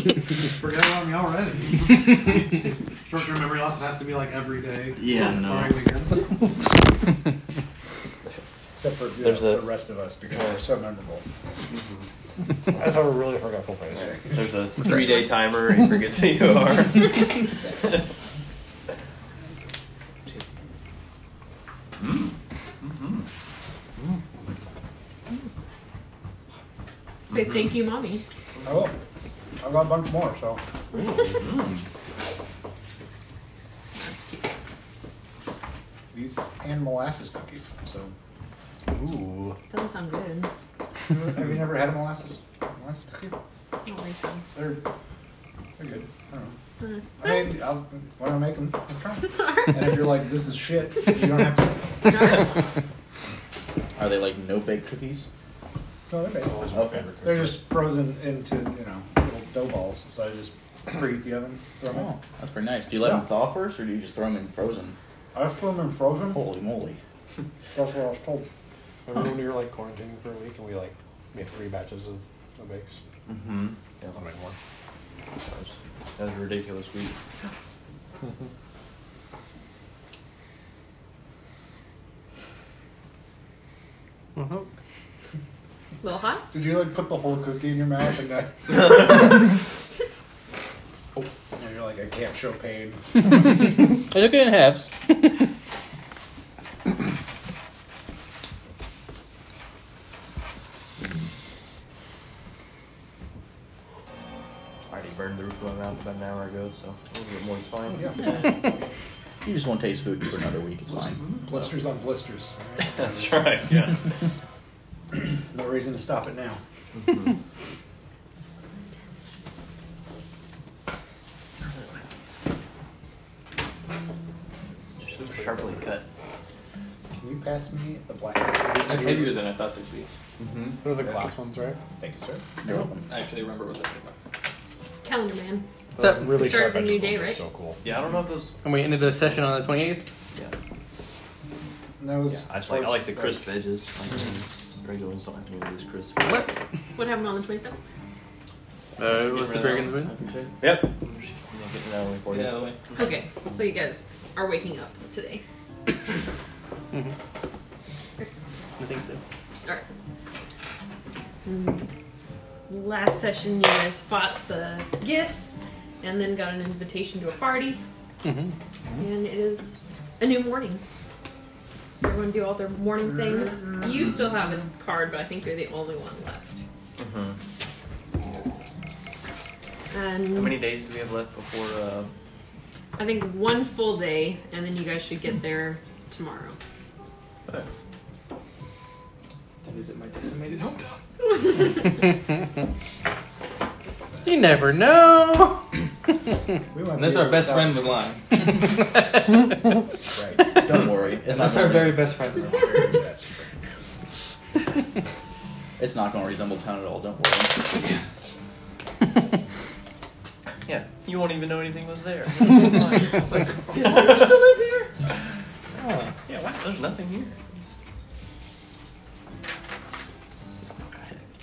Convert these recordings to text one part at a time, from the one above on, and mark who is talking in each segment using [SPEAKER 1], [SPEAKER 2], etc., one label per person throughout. [SPEAKER 1] Forget about me already. Short-term memory loss has to be like every day.
[SPEAKER 2] Yeah, no.
[SPEAKER 1] barring weekends.
[SPEAKER 3] Except for you know,
[SPEAKER 4] There's a-
[SPEAKER 3] the rest of us because we're so memorable.
[SPEAKER 5] That's how we're really forgetful face.
[SPEAKER 4] There's a three day timer and you forget who you are.
[SPEAKER 6] Say thank you, mommy.
[SPEAKER 3] Oh, I've got a bunch more, so. Mm-hmm. These and molasses cookies. So,
[SPEAKER 5] Ooh.
[SPEAKER 6] Doesn't sound good.
[SPEAKER 3] have you never had a molasses molasses cookie?
[SPEAKER 6] I don't think so.
[SPEAKER 3] They're they're good. I don't know.
[SPEAKER 6] Mm.
[SPEAKER 3] I mean, I'll, when I make them, I'll try 'em. and if you're like, this is shit, you don't have to.
[SPEAKER 2] Are they like no bake cookies?
[SPEAKER 3] No, Oh, they're baked.
[SPEAKER 2] Okay.
[SPEAKER 3] They're just frozen into, you know, little dough balls. So I just preheat the oven, throw them
[SPEAKER 2] Oh,
[SPEAKER 3] in.
[SPEAKER 2] that's pretty nice. Do you let
[SPEAKER 3] Yeah.
[SPEAKER 2] them thaw first, or do you just throw them in frozen?
[SPEAKER 3] I throw them in frozen.
[SPEAKER 2] Holy moly!
[SPEAKER 3] That's what I was told.
[SPEAKER 5] Remember when we were like quarantining for a week and we like made three batches of no bakes?
[SPEAKER 4] Mm-hmm.
[SPEAKER 5] Yeah, I'll make one.
[SPEAKER 4] That was, that was a ridiculous week.
[SPEAKER 6] little hot?
[SPEAKER 3] Did you like put the whole cookie in your mouth and that? oh, and you're like, I can't show pain.
[SPEAKER 7] I took it in halves.
[SPEAKER 4] I already burned the roof of my mouth about an hour ago, so a little bit more is fine.
[SPEAKER 3] Yeah.
[SPEAKER 2] You just won't taste food for another week. It's fine.
[SPEAKER 3] blisters on blisters. all right?
[SPEAKER 4] That's right, yes.
[SPEAKER 3] No reason to stop it now.
[SPEAKER 4] Super sharply cut.
[SPEAKER 3] Can you pass me the black? cookie?
[SPEAKER 4] Heavier than I thought they'd be.
[SPEAKER 5] They're the glass ones, right?
[SPEAKER 3] Thank you, sir.
[SPEAKER 2] You're welcome.
[SPEAKER 4] I actually remember what those look like.
[SPEAKER 6] Calendar man.
[SPEAKER 7] What's up?
[SPEAKER 5] They're really
[SPEAKER 6] The start
[SPEAKER 5] sharp
[SPEAKER 6] of a new
[SPEAKER 5] edges
[SPEAKER 6] day,
[SPEAKER 5] ones are
[SPEAKER 6] right?
[SPEAKER 5] so cool.
[SPEAKER 4] Yeah, I don't know if those.
[SPEAKER 7] And we ended the session on the 28th.
[SPEAKER 4] Yeah.
[SPEAKER 3] And that
[SPEAKER 4] yeah
[SPEAKER 3] was.
[SPEAKER 4] I, just like, I like the
[SPEAKER 3] towards,
[SPEAKER 4] crisp edges. Like, mm-hmm. regular ones don't have any of these crisp.
[SPEAKER 7] What?
[SPEAKER 6] What happened on the 27th?
[SPEAKER 7] Uh, was the Brigands win?
[SPEAKER 4] Yep. I'm just getting that one for you.
[SPEAKER 6] Okay, so you guys are waking up today.
[SPEAKER 7] Mm-hmm. I think so.
[SPEAKER 6] Alright. Mm. Last session, you guys fought the gift and then got an invitation to a party.
[SPEAKER 7] Mm-hmm.
[SPEAKER 6] And it is a new morning. They're going to do all their morning things. You still have a card, but I think you're the only one left.
[SPEAKER 4] Mm-hmm.
[SPEAKER 6] And
[SPEAKER 4] How many days do we have left before? Uh,
[SPEAKER 6] I think one full day, and then you guys should get there tomorrow.
[SPEAKER 7] You never know.
[SPEAKER 3] We went
[SPEAKER 8] Unless
[SPEAKER 3] the
[SPEAKER 8] our best
[SPEAKER 3] south.
[SPEAKER 8] friend was lying.
[SPEAKER 3] Right.
[SPEAKER 2] Don't worry. It's not
[SPEAKER 8] Unless our
[SPEAKER 2] gonna-
[SPEAKER 8] very best friend was lying.
[SPEAKER 3] Very best friend.
[SPEAKER 2] It's not going to resemble town at all. Don't worry.
[SPEAKER 4] yeah, you won't even know anything was there. Yeah, wow, there's nothing here.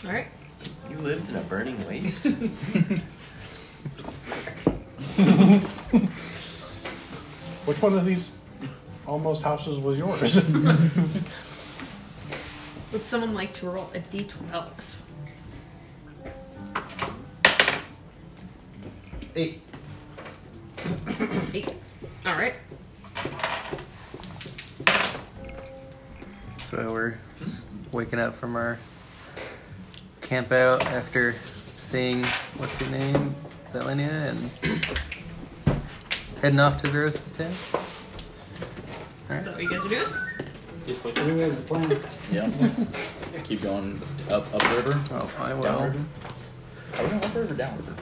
[SPEAKER 6] All right.
[SPEAKER 4] You lived in a burning waste.
[SPEAKER 5] Which one of these almost houses was yours?
[SPEAKER 6] Would someone like to roll a d12?
[SPEAKER 3] Eight.
[SPEAKER 6] Eight. All right.
[SPEAKER 7] So we're just waking up from our camp out after seeing what's her name, Zelenia, and heading off to the Rose's town. All
[SPEAKER 6] Is that
[SPEAKER 7] right.
[SPEAKER 6] what you guys are doing?
[SPEAKER 8] Just wait
[SPEAKER 3] I
[SPEAKER 8] till-
[SPEAKER 3] think that was the plan.
[SPEAKER 2] yeah. Keep going up upriver,
[SPEAKER 7] Oh, I will.
[SPEAKER 2] downriver. Are we going upriver, or downriver?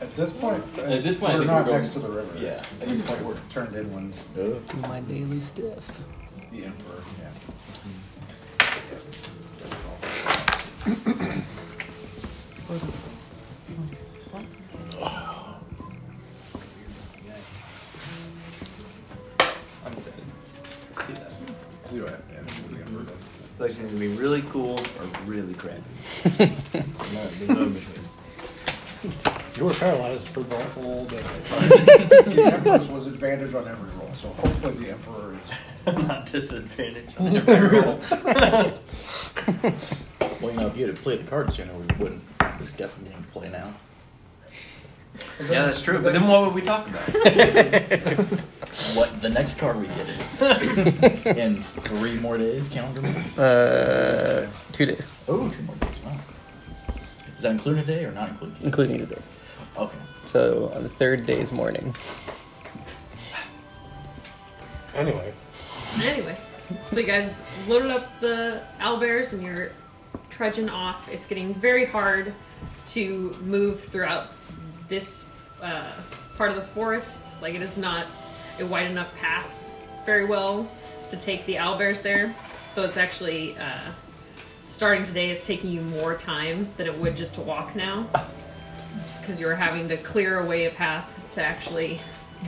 [SPEAKER 3] At this point,
[SPEAKER 8] At this point, I
[SPEAKER 3] we're
[SPEAKER 8] think
[SPEAKER 3] not
[SPEAKER 8] we're going-
[SPEAKER 3] next to the river.
[SPEAKER 2] Yeah.
[SPEAKER 3] At this point, we're turned inland.
[SPEAKER 2] Uh,
[SPEAKER 7] Do my daily stuff.
[SPEAKER 3] The emperor. Yeah.
[SPEAKER 8] I'm excited. See that.
[SPEAKER 3] See what yeah, that's what the emperor does.
[SPEAKER 4] It's going to be really cool or really crappy. No, there's no in between.
[SPEAKER 5] You were paralyzed for multiple days.
[SPEAKER 3] The Emperor's was advantage on every roll, so hopefully the Emperor is.
[SPEAKER 8] I'm not disadvantaged.
[SPEAKER 2] Well, you know, if you had played the card sooner, we wouldn't be discussing getting to play now.
[SPEAKER 4] Yeah, that's true. But then what would we talk about?
[SPEAKER 2] What the next card we get is in three more days, calendar month.
[SPEAKER 7] Uh, two days,
[SPEAKER 2] Oh, two more days. Wow. Is that included today or not included? Today?
[SPEAKER 7] including today.
[SPEAKER 2] Okay.
[SPEAKER 7] So on the third day's morning.
[SPEAKER 5] Anyway,
[SPEAKER 6] Anyway, so you guys loaded up the owlbears and you're trudging off. It's getting very hard to move throughout this uh, part of the forest. Like, it is not a wide enough path very well to take the owlbears there. So it's actually, uh, starting today, it's taking you more time than it would just to walk now. Because you're having to clear away a path to actually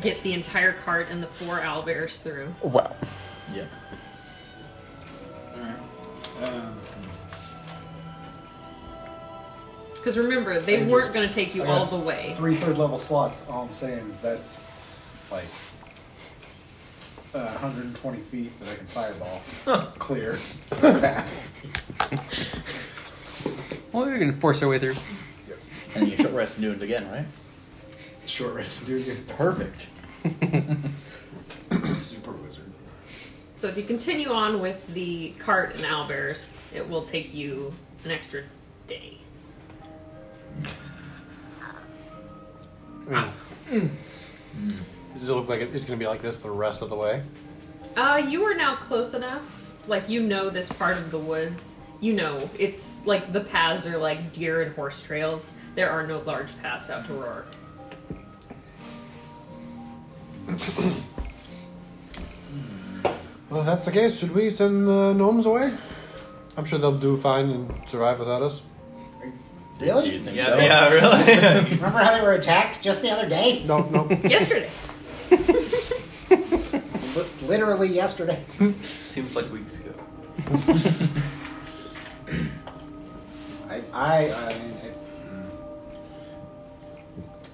[SPEAKER 6] get the entire cart and the four owlbears through.
[SPEAKER 7] Wow.
[SPEAKER 2] Yeah.
[SPEAKER 1] Alright. Um,
[SPEAKER 6] Because remember, they
[SPEAKER 3] I just-
[SPEAKER 6] weren't going to take you
[SPEAKER 3] I
[SPEAKER 6] all
[SPEAKER 3] got
[SPEAKER 6] the way.
[SPEAKER 3] Three third level slots, all I'm saying is that's like uh, 120 feet that I can fireball clear.
[SPEAKER 7] Well, we're gonna force our way through.
[SPEAKER 2] And then you short rest and do it again, right?
[SPEAKER 3] Short rest, dude.
[SPEAKER 2] Perfect.
[SPEAKER 3] Super wizard.
[SPEAKER 6] So if you continue on with the cart and owlbears, it will take you an extra day.
[SPEAKER 5] does it look like it- it's going to be like this the rest of the way?
[SPEAKER 6] Uh, you are now close enough. Like, you know this part of the woods. You know, it's like the paths are like deer and horse trails. There are no large paths out to Roar.
[SPEAKER 5] Well, if that's the case, should we send the gnomes away? I'm sure they'll do fine and survive without us.
[SPEAKER 2] Do you
[SPEAKER 9] Really?
[SPEAKER 2] think
[SPEAKER 4] Yeah,
[SPEAKER 2] so?
[SPEAKER 4] yeah, really.
[SPEAKER 9] Remember how they were attacked just the other day?
[SPEAKER 5] No, no.
[SPEAKER 6] Yesterday.
[SPEAKER 9] Li- Literally yesterday.
[SPEAKER 4] Seems like weeks ago.
[SPEAKER 9] I, I, I mean, it,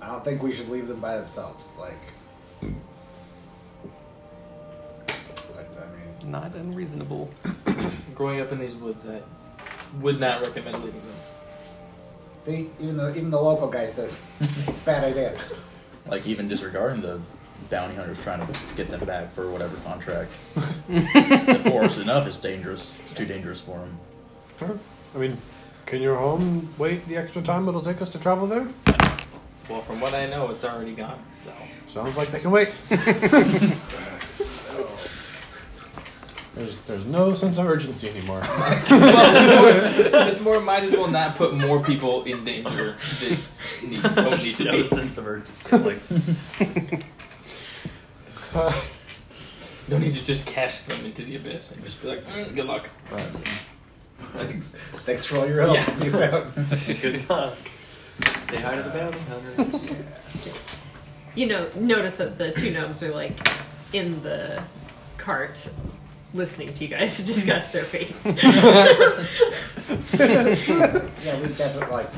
[SPEAKER 9] I don't think we should leave them by themselves. Like, but, I mean,
[SPEAKER 7] Not unreasonable.
[SPEAKER 8] Growing up in these woods, I would not recommend leaving them.
[SPEAKER 9] see, even the even the local guy says it's a bad idea.
[SPEAKER 2] Like even disregarding the bounty hunters trying to get them back for whatever contract. the forest enough is dangerous. It's too dangerous for them.
[SPEAKER 5] Huh? I mean, can your home wait the extra time it'll take us to travel there?
[SPEAKER 8] Well, from what I know, it's already gone. So
[SPEAKER 5] Sounds like they can wait. there's, there's no sense of urgency anymore.
[SPEAKER 8] it's more. Might as well not put more people in danger. Than need, don't need to be.
[SPEAKER 4] sense of urgency. Like,
[SPEAKER 5] Uh,
[SPEAKER 8] Don't need to just cast them into the abyss and just be like, "Mm, good luck.
[SPEAKER 9] Thanks, thanks for all your help.
[SPEAKER 8] Yeah.
[SPEAKER 9] Peace out.
[SPEAKER 4] good luck. Say hi to the bounty hunters.
[SPEAKER 6] You know, notice that the two gnomes are like in the cart listening to you guys discuss their fates.
[SPEAKER 9] Yeah, we definitely like.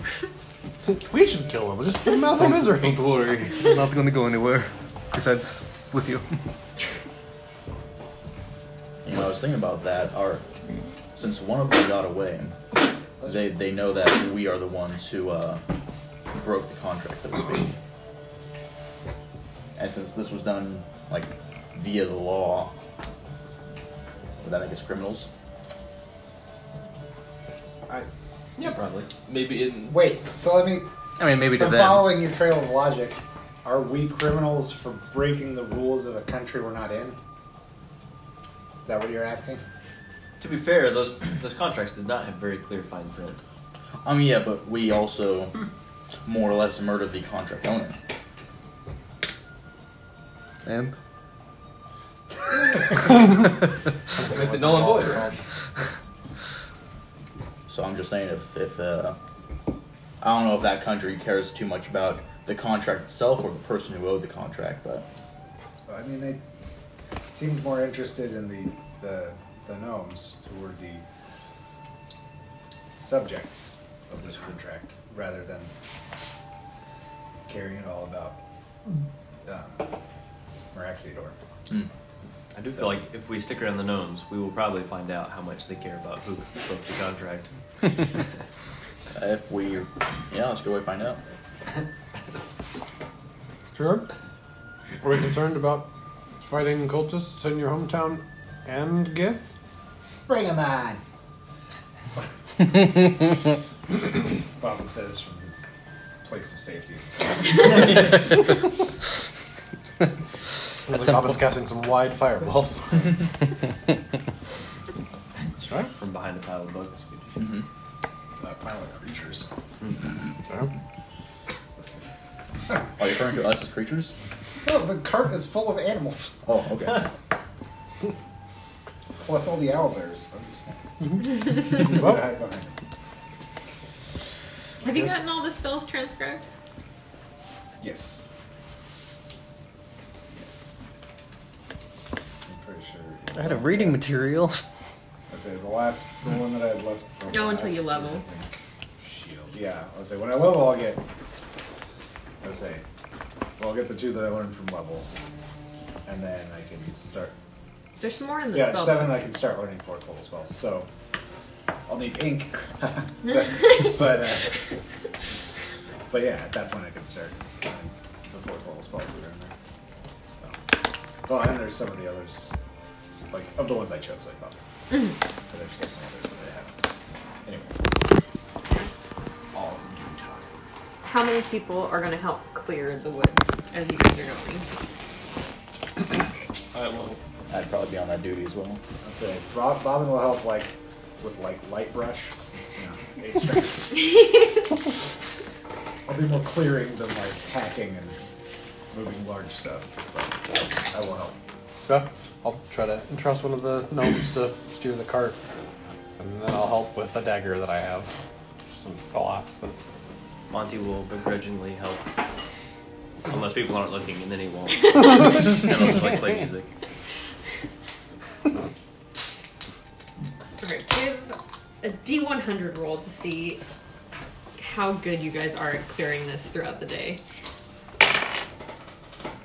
[SPEAKER 5] we should kill them. Just put them out of their misery.
[SPEAKER 7] Don't worry, I'm not gonna go anywhere. Besides, with you.
[SPEAKER 2] You know, I was thinking about that. Our since one of them got away, they they know that we are the ones who uh, broke the contract that we made. And since this was done like via the law, would that make us criminals?
[SPEAKER 9] I,
[SPEAKER 8] Yeah, probably. Maybe in
[SPEAKER 9] wait, so let me.
[SPEAKER 7] I mean, maybe
[SPEAKER 9] If
[SPEAKER 7] to
[SPEAKER 9] I'm
[SPEAKER 7] them.
[SPEAKER 9] following your trail of logic, are we criminals for breaking the rules of a country we're not in? Is that what you're asking?
[SPEAKER 4] to be fair, those those contracts did not have very clear fine print.
[SPEAKER 2] I mean, Um, yeah, but we also more or less murdered the contract owner.
[SPEAKER 7] And
[SPEAKER 8] it's a null and void. right?
[SPEAKER 2] So I'm just saying, if if uh, I don't know if that country cares too much about the contract itself or the person who owed the contract, but
[SPEAKER 9] I mean, they seemed more interested in the the, the gnomes who were the subjects of this contract rather than caring at all about um, Meraxidor.
[SPEAKER 4] I do feel like if we stick around the gnomes, we will probably find out how much they care about who broke the contract.
[SPEAKER 2] If we, yeah, let's go away and find out.
[SPEAKER 5] Sure. Are we concerned about fighting cultists in your hometown and Gith?
[SPEAKER 9] Bring him on!
[SPEAKER 3] Bobbin says from his place of safety.
[SPEAKER 5] That's Goblins casting some wide fireballs. Alright.
[SPEAKER 4] From behind a pile of books. we just-
[SPEAKER 3] Uh, pilot creatures.
[SPEAKER 5] Sure.
[SPEAKER 3] Listen.
[SPEAKER 2] Are you referring to us as creatures?
[SPEAKER 3] Oh, the cart is full of animals,
[SPEAKER 2] Oh, okay.
[SPEAKER 3] plus all the owlbears. I'm just saying. Things that
[SPEAKER 5] Well,
[SPEAKER 3] hide behind them.
[SPEAKER 6] Have you
[SPEAKER 3] Yes.
[SPEAKER 6] gotten all the spells transcribed?
[SPEAKER 3] Yes. Yes. I'm pretty sure.
[SPEAKER 7] I had a reading material.
[SPEAKER 3] I say the last, the one that I had left from.
[SPEAKER 6] No, until
[SPEAKER 3] last
[SPEAKER 6] you
[SPEAKER 3] is,
[SPEAKER 6] level.
[SPEAKER 3] I think, Shield. Yeah, I would say when I level, I'll get. I would say, well, I'll get the two that I learned from level, and then I can start.
[SPEAKER 6] There's more in the
[SPEAKER 3] Yeah, at
[SPEAKER 6] spell.
[SPEAKER 3] seven, I can start learning fourth level spells. So I'll need ink, but but, uh, but yeah, at that point, I can start learning the fourth level spells that are in there. So, well, and there's some of the others, like of the ones I chose, like bother. but there's still some others that I haven't. Anyway, all in due time.
[SPEAKER 6] How many people are going to help clear the woods as you guys are going?
[SPEAKER 8] I will.
[SPEAKER 2] I'd probably be on that duty as well.
[SPEAKER 3] I'll say Rob, Bobbin will help, like with like light brush. Since, you know, eight strength. I'll be more clearing than like hacking and moving large stuff. But I will help.
[SPEAKER 5] yeah, I'll try to entrust one of the gnomes to steer the cart, and then I'll help with a dagger that I have. Some a lot, but
[SPEAKER 4] Monty will begrudgingly help. Unless people aren't looking, and then he won't. and I'll just like play music.
[SPEAKER 6] Alright, give a D100 roll to see how good you guys are at clearing this throughout the day.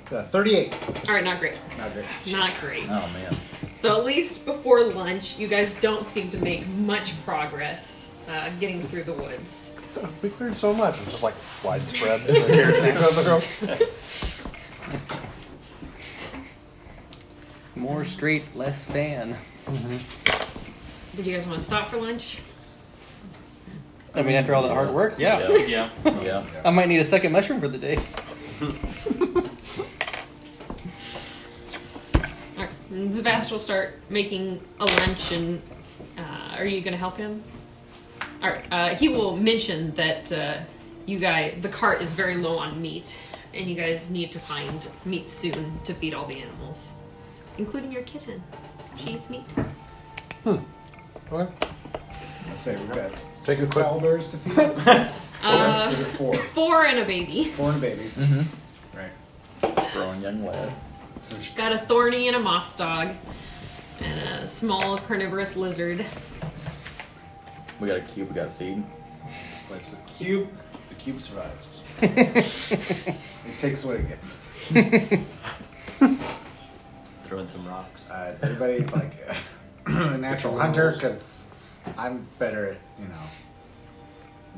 [SPEAKER 3] So thirty-eight.
[SPEAKER 6] Alright, not great.
[SPEAKER 3] Not great.
[SPEAKER 6] Not great.
[SPEAKER 2] Oh man.
[SPEAKER 6] So at least before lunch, you guys don't seem to make much progress uh, getting through the woods.
[SPEAKER 5] yeah, we cleared so much. It's just like widespread. and the carriage can't go through.
[SPEAKER 7] More street, less van.
[SPEAKER 6] Did you guys want to stop for lunch?
[SPEAKER 7] I mean, after all that hard work, yeah.
[SPEAKER 2] Yeah.
[SPEAKER 8] Yeah.
[SPEAKER 2] Yeah.
[SPEAKER 7] I might need a second mushroom for the day.
[SPEAKER 6] Alright, Zavast will start making a lunch, and uh, are you going to help him? Alright, uh, he will mention that uh, you guys, the cart is very low on meat, and you guys need to find meat soon to feed all the animals, including your kitten. She eats meat.
[SPEAKER 5] Okay.
[SPEAKER 3] I say we've got
[SPEAKER 5] Take a
[SPEAKER 3] six
[SPEAKER 5] quick-
[SPEAKER 3] owlbears to feed. Four?
[SPEAKER 6] Uh,
[SPEAKER 3] Is it four?
[SPEAKER 6] four and a baby.
[SPEAKER 3] Four and a baby.
[SPEAKER 5] Mm-hmm.
[SPEAKER 3] Right.
[SPEAKER 2] Growing young lad.
[SPEAKER 3] So we should-
[SPEAKER 6] Got a thorny and a moss dog, and a small carnivorous lizard.
[SPEAKER 2] We got a cube. We got a feed.
[SPEAKER 3] place the cube. The cube survives. it takes what it gets.
[SPEAKER 4] Throw in some rocks.
[SPEAKER 3] Uh, is everybody like a natural hunter? Because I'm better at you know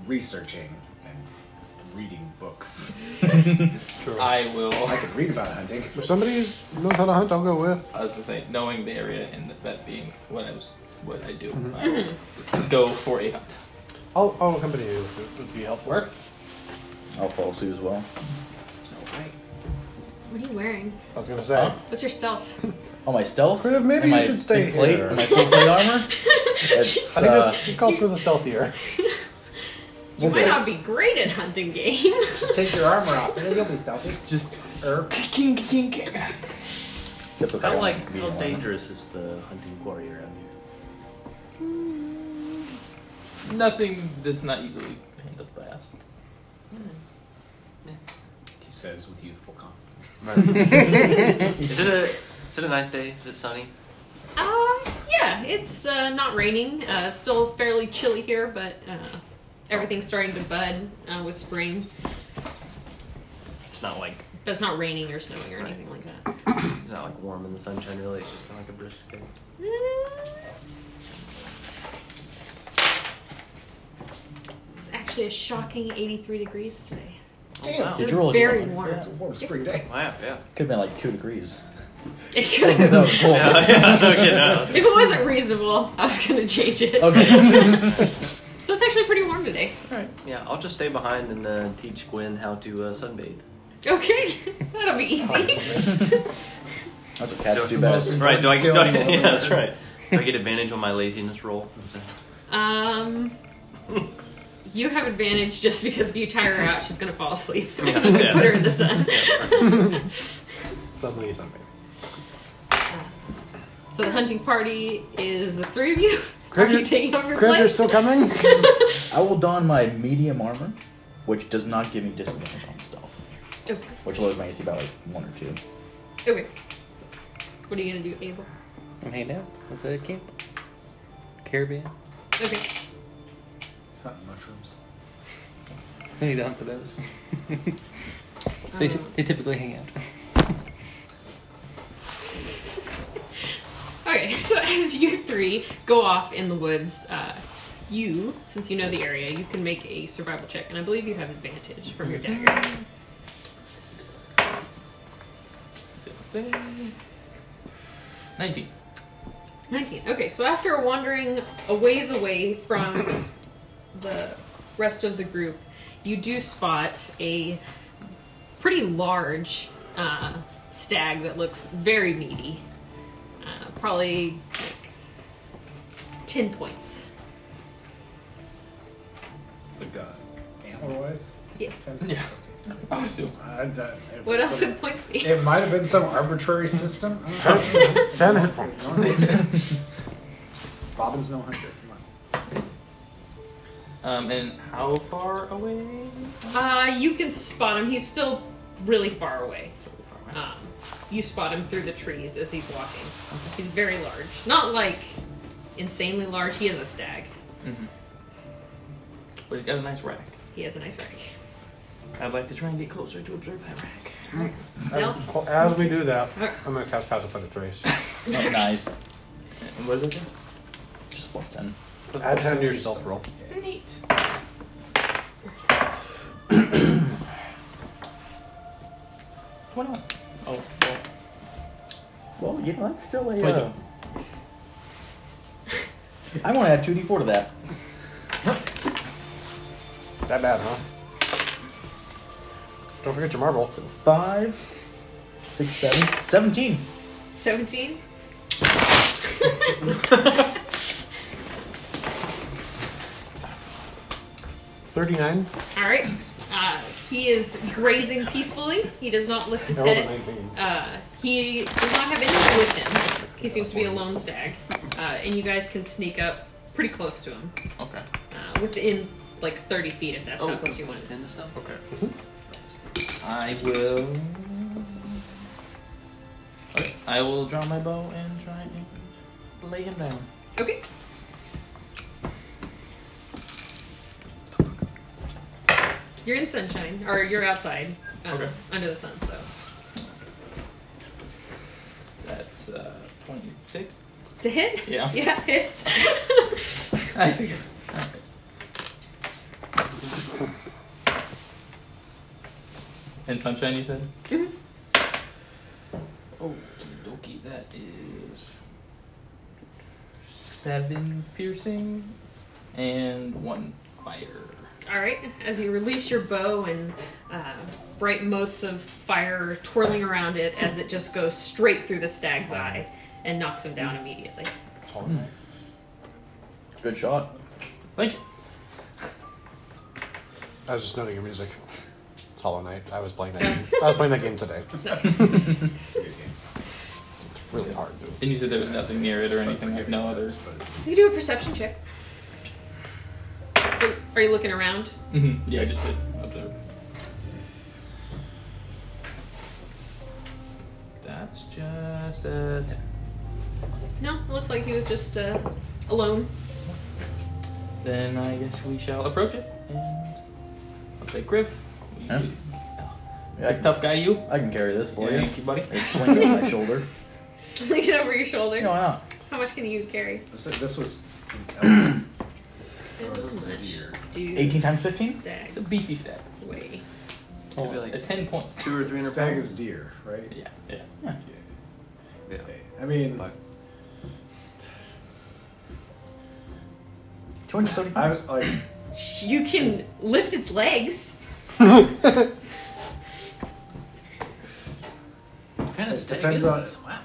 [SPEAKER 3] researching and reading books.
[SPEAKER 5] Sure.
[SPEAKER 8] I will.
[SPEAKER 3] I can read about hunting.
[SPEAKER 5] if somebody's knows how to hunt, I'll go with.
[SPEAKER 8] I was gonna say, knowing the area and that being what I was, what I do, I will go for a hunt.
[SPEAKER 5] I'll, I'll accompany you if it would be helpful.
[SPEAKER 2] I'll follow suit as well.
[SPEAKER 6] What are you wearing?
[SPEAKER 5] I was gonna say.
[SPEAKER 6] What's your stealth?
[SPEAKER 2] Oh, my stealth.
[SPEAKER 5] Criv, maybe
[SPEAKER 2] Am
[SPEAKER 5] you
[SPEAKER 2] I
[SPEAKER 5] should stay
[SPEAKER 2] big plate?
[SPEAKER 5] here.
[SPEAKER 2] Am I full plate armor? It's,
[SPEAKER 5] I think
[SPEAKER 2] uh,
[SPEAKER 5] this, this calls for the stealthier.
[SPEAKER 6] You might not be great at hunting game.
[SPEAKER 9] Just take your armor off. and You'll be stealthy.
[SPEAKER 8] Just
[SPEAKER 9] Er,
[SPEAKER 8] king, king, king.
[SPEAKER 2] typical
[SPEAKER 4] How like how
[SPEAKER 2] medium armor.
[SPEAKER 4] dangerous is the hunting quarry around here?
[SPEAKER 6] Uh,
[SPEAKER 8] Nothing that's not easily handled by us.
[SPEAKER 3] He says with youthful confidence.
[SPEAKER 4] Is it a is it a nice day? Is it sunny?
[SPEAKER 6] Uh, yeah, it's uh, not raining. Uh, it's still fairly chilly here, but uh, everything's starting to bud uh, with spring.
[SPEAKER 4] not like
[SPEAKER 6] But it's not raining or snowing or anything like that.
[SPEAKER 4] it's not like warm in the sunshine really. It's just kind of like a brisk day.
[SPEAKER 6] It's actually a shocking 83 degrees today.
[SPEAKER 4] Oh, wow.
[SPEAKER 6] It was
[SPEAKER 2] you roll a
[SPEAKER 6] very
[SPEAKER 2] D100?
[SPEAKER 6] warm.
[SPEAKER 3] It's a warm spring day.
[SPEAKER 4] Wow, Oh, yeah.
[SPEAKER 2] Could have been like two degrees.
[SPEAKER 6] It could've-
[SPEAKER 2] That was cool.
[SPEAKER 4] yeah, yeah, okay, no.
[SPEAKER 6] if it wasn't reasonable, I was gonna change it.
[SPEAKER 2] Okay.
[SPEAKER 6] so it's actually pretty warm today.
[SPEAKER 4] Yeah, I'll just stay behind and uh, teach Gwen how to uh, sunbathe.
[SPEAKER 6] Okay, that'll be easy.
[SPEAKER 2] That's what cats do
[SPEAKER 3] That's
[SPEAKER 2] best.
[SPEAKER 3] the
[SPEAKER 4] Right? Do I?
[SPEAKER 3] Skill
[SPEAKER 4] do I-
[SPEAKER 3] anymore.
[SPEAKER 4] yeah, that's right. Do I get advantage on my laziness roll?
[SPEAKER 6] um, you have advantage just because if you tire her out, she's gonna fall asleep.
[SPEAKER 4] Yeah,
[SPEAKER 6] you can
[SPEAKER 4] yeah.
[SPEAKER 6] put her in the sun.
[SPEAKER 5] Suddenly something.
[SPEAKER 6] so the hunting party is the three of you. Are
[SPEAKER 5] Grab
[SPEAKER 6] you
[SPEAKER 5] your-
[SPEAKER 6] taking over
[SPEAKER 5] Graveyard's
[SPEAKER 6] place?
[SPEAKER 5] still coming?
[SPEAKER 2] I will don my medium armor, which does not give me disadvantage on stealth,
[SPEAKER 6] Okay.
[SPEAKER 2] which lowers my AC by like one or two.
[SPEAKER 6] okay. What are you gonna do, Abel?
[SPEAKER 7] I'm hanging out with the camp. Caribbean.
[SPEAKER 6] Okay.
[SPEAKER 3] It's not mushrooms.
[SPEAKER 7] I need to hunt for those. they,
[SPEAKER 6] Um,
[SPEAKER 7] they typically hang out.
[SPEAKER 6] Okay, so as you three go off in the woods, uh, you, since you know the area, you can make a survival check, and I believe you have advantage from your dagger.
[SPEAKER 8] Nineteen.
[SPEAKER 6] 19. Okay, so after wandering a ways away from the rest of the group, you do spot a pretty large uh, stag that looks very meaty. Uh, probably like 10 points.
[SPEAKER 3] The gun. Animal wise?
[SPEAKER 6] Yeah.
[SPEAKER 3] Ten.
[SPEAKER 8] Yeah. I would assume.
[SPEAKER 3] I don't- it
[SPEAKER 6] What
[SPEAKER 3] was
[SPEAKER 6] else
[SPEAKER 3] some-
[SPEAKER 6] would points be?
[SPEAKER 3] It might have been some arbitrary system. I don't know.
[SPEAKER 5] Ten hit points.
[SPEAKER 3] Robin's no hunter. Come on.
[SPEAKER 8] Um, and how far away?
[SPEAKER 6] Uh, you can spot him. He's still really far away. Um, you spot him through the trees as he's walking. He's very large. Not like insanely large. He is a stag.
[SPEAKER 8] But he's got a nice rack.
[SPEAKER 6] He has a nice rack.
[SPEAKER 8] I'd like to try and get closer to observe that rack.
[SPEAKER 6] No?
[SPEAKER 5] Well, as we do that, I'm going to cast Pass Without a Trace.
[SPEAKER 2] Not nice.
[SPEAKER 8] And what is it?
[SPEAKER 2] Just plus ten.
[SPEAKER 5] Add 10 to your stealth roll.
[SPEAKER 8] Neat. Twenty-one. Oh, well,
[SPEAKER 2] Well, you know that's still a.
[SPEAKER 8] Wait,
[SPEAKER 2] Uh, I want to add two d four to that.
[SPEAKER 5] That bad, huh? Don't forget your marble.
[SPEAKER 2] Five, six, seven, seventeen.
[SPEAKER 6] 17?
[SPEAKER 5] Thirty-nine.
[SPEAKER 6] Alright. Uh, he is grazing peacefully. He does not lift his
[SPEAKER 5] I rolled a
[SPEAKER 6] head.
[SPEAKER 5] 19.
[SPEAKER 6] Uh, he does not have anyone with him. He seems to be a lone stag. Uh, and you guys can sneak up pretty close to him.
[SPEAKER 8] okay.
[SPEAKER 6] Uh, within like 30 feet if that's
[SPEAKER 8] Oh,
[SPEAKER 6] how close Oh, you want it.
[SPEAKER 4] and stuff.
[SPEAKER 8] Okay. I will. Okay, I will draw my bow and try and lay him down.
[SPEAKER 6] Okay. You're in sunshine, or you're outside, um,
[SPEAKER 8] Okay.
[SPEAKER 6] under the sun. So
[SPEAKER 8] That's uh, 26.
[SPEAKER 6] to hit,
[SPEAKER 8] Yeah.
[SPEAKER 6] yeah, hits.
[SPEAKER 8] I figured. And sunshine, you said. Okie dokie, that is seven piercing and one fire.
[SPEAKER 6] All right, as you release your bow and uh, bright motes of fire twirling around it as it just goes straight through the stag's eye and knocks him down immediately.
[SPEAKER 5] It's all right.
[SPEAKER 2] Good shot.
[SPEAKER 8] Thank you.
[SPEAKER 5] I was just noting your music. It's Hollow Knight. I was playing that game. I was playing that game today.
[SPEAKER 3] It's a good game.
[SPEAKER 5] It's really hard to.
[SPEAKER 8] And you said there was nothing near it or anything. No others.
[SPEAKER 3] But it's
[SPEAKER 6] You do a perception check. Are you looking around?
[SPEAKER 8] hmm Yeah, I just did observe. That's just a ten.
[SPEAKER 6] No, it looks like he was just uh, alone.
[SPEAKER 8] Then I guess we shall approach it and let's say Griff. We
[SPEAKER 2] Huh?
[SPEAKER 8] do,
[SPEAKER 2] Yeah, I
[SPEAKER 8] Big
[SPEAKER 2] can-
[SPEAKER 8] tough guy, you.
[SPEAKER 2] I can carry this for
[SPEAKER 8] Yeah,
[SPEAKER 2] you.
[SPEAKER 8] thank you, buddy.
[SPEAKER 2] It's slinged on my shoulder.
[SPEAKER 6] Sling it over your shoulder.
[SPEAKER 2] Why not?
[SPEAKER 6] How much can you carry?
[SPEAKER 3] So this was. oh,
[SPEAKER 6] How much do
[SPEAKER 2] 18 times 15?
[SPEAKER 8] It's
[SPEAKER 6] stags
[SPEAKER 8] a beefy stack.
[SPEAKER 6] weigh?
[SPEAKER 8] Oh,
[SPEAKER 4] It'd be like
[SPEAKER 8] a ten points.
[SPEAKER 4] Two or three hundred
[SPEAKER 3] Stag
[SPEAKER 4] pounds.
[SPEAKER 3] is deer, right?
[SPEAKER 8] Yeah, yeah.
[SPEAKER 4] Yeah.
[SPEAKER 3] Okay. I mean,
[SPEAKER 4] But-
[SPEAKER 2] 230
[SPEAKER 3] I was like,
[SPEAKER 6] You can lift its legs.
[SPEAKER 4] What kind of
[SPEAKER 3] It
[SPEAKER 4] stag
[SPEAKER 3] depends
[SPEAKER 4] is
[SPEAKER 3] on-
[SPEAKER 4] this? Wow.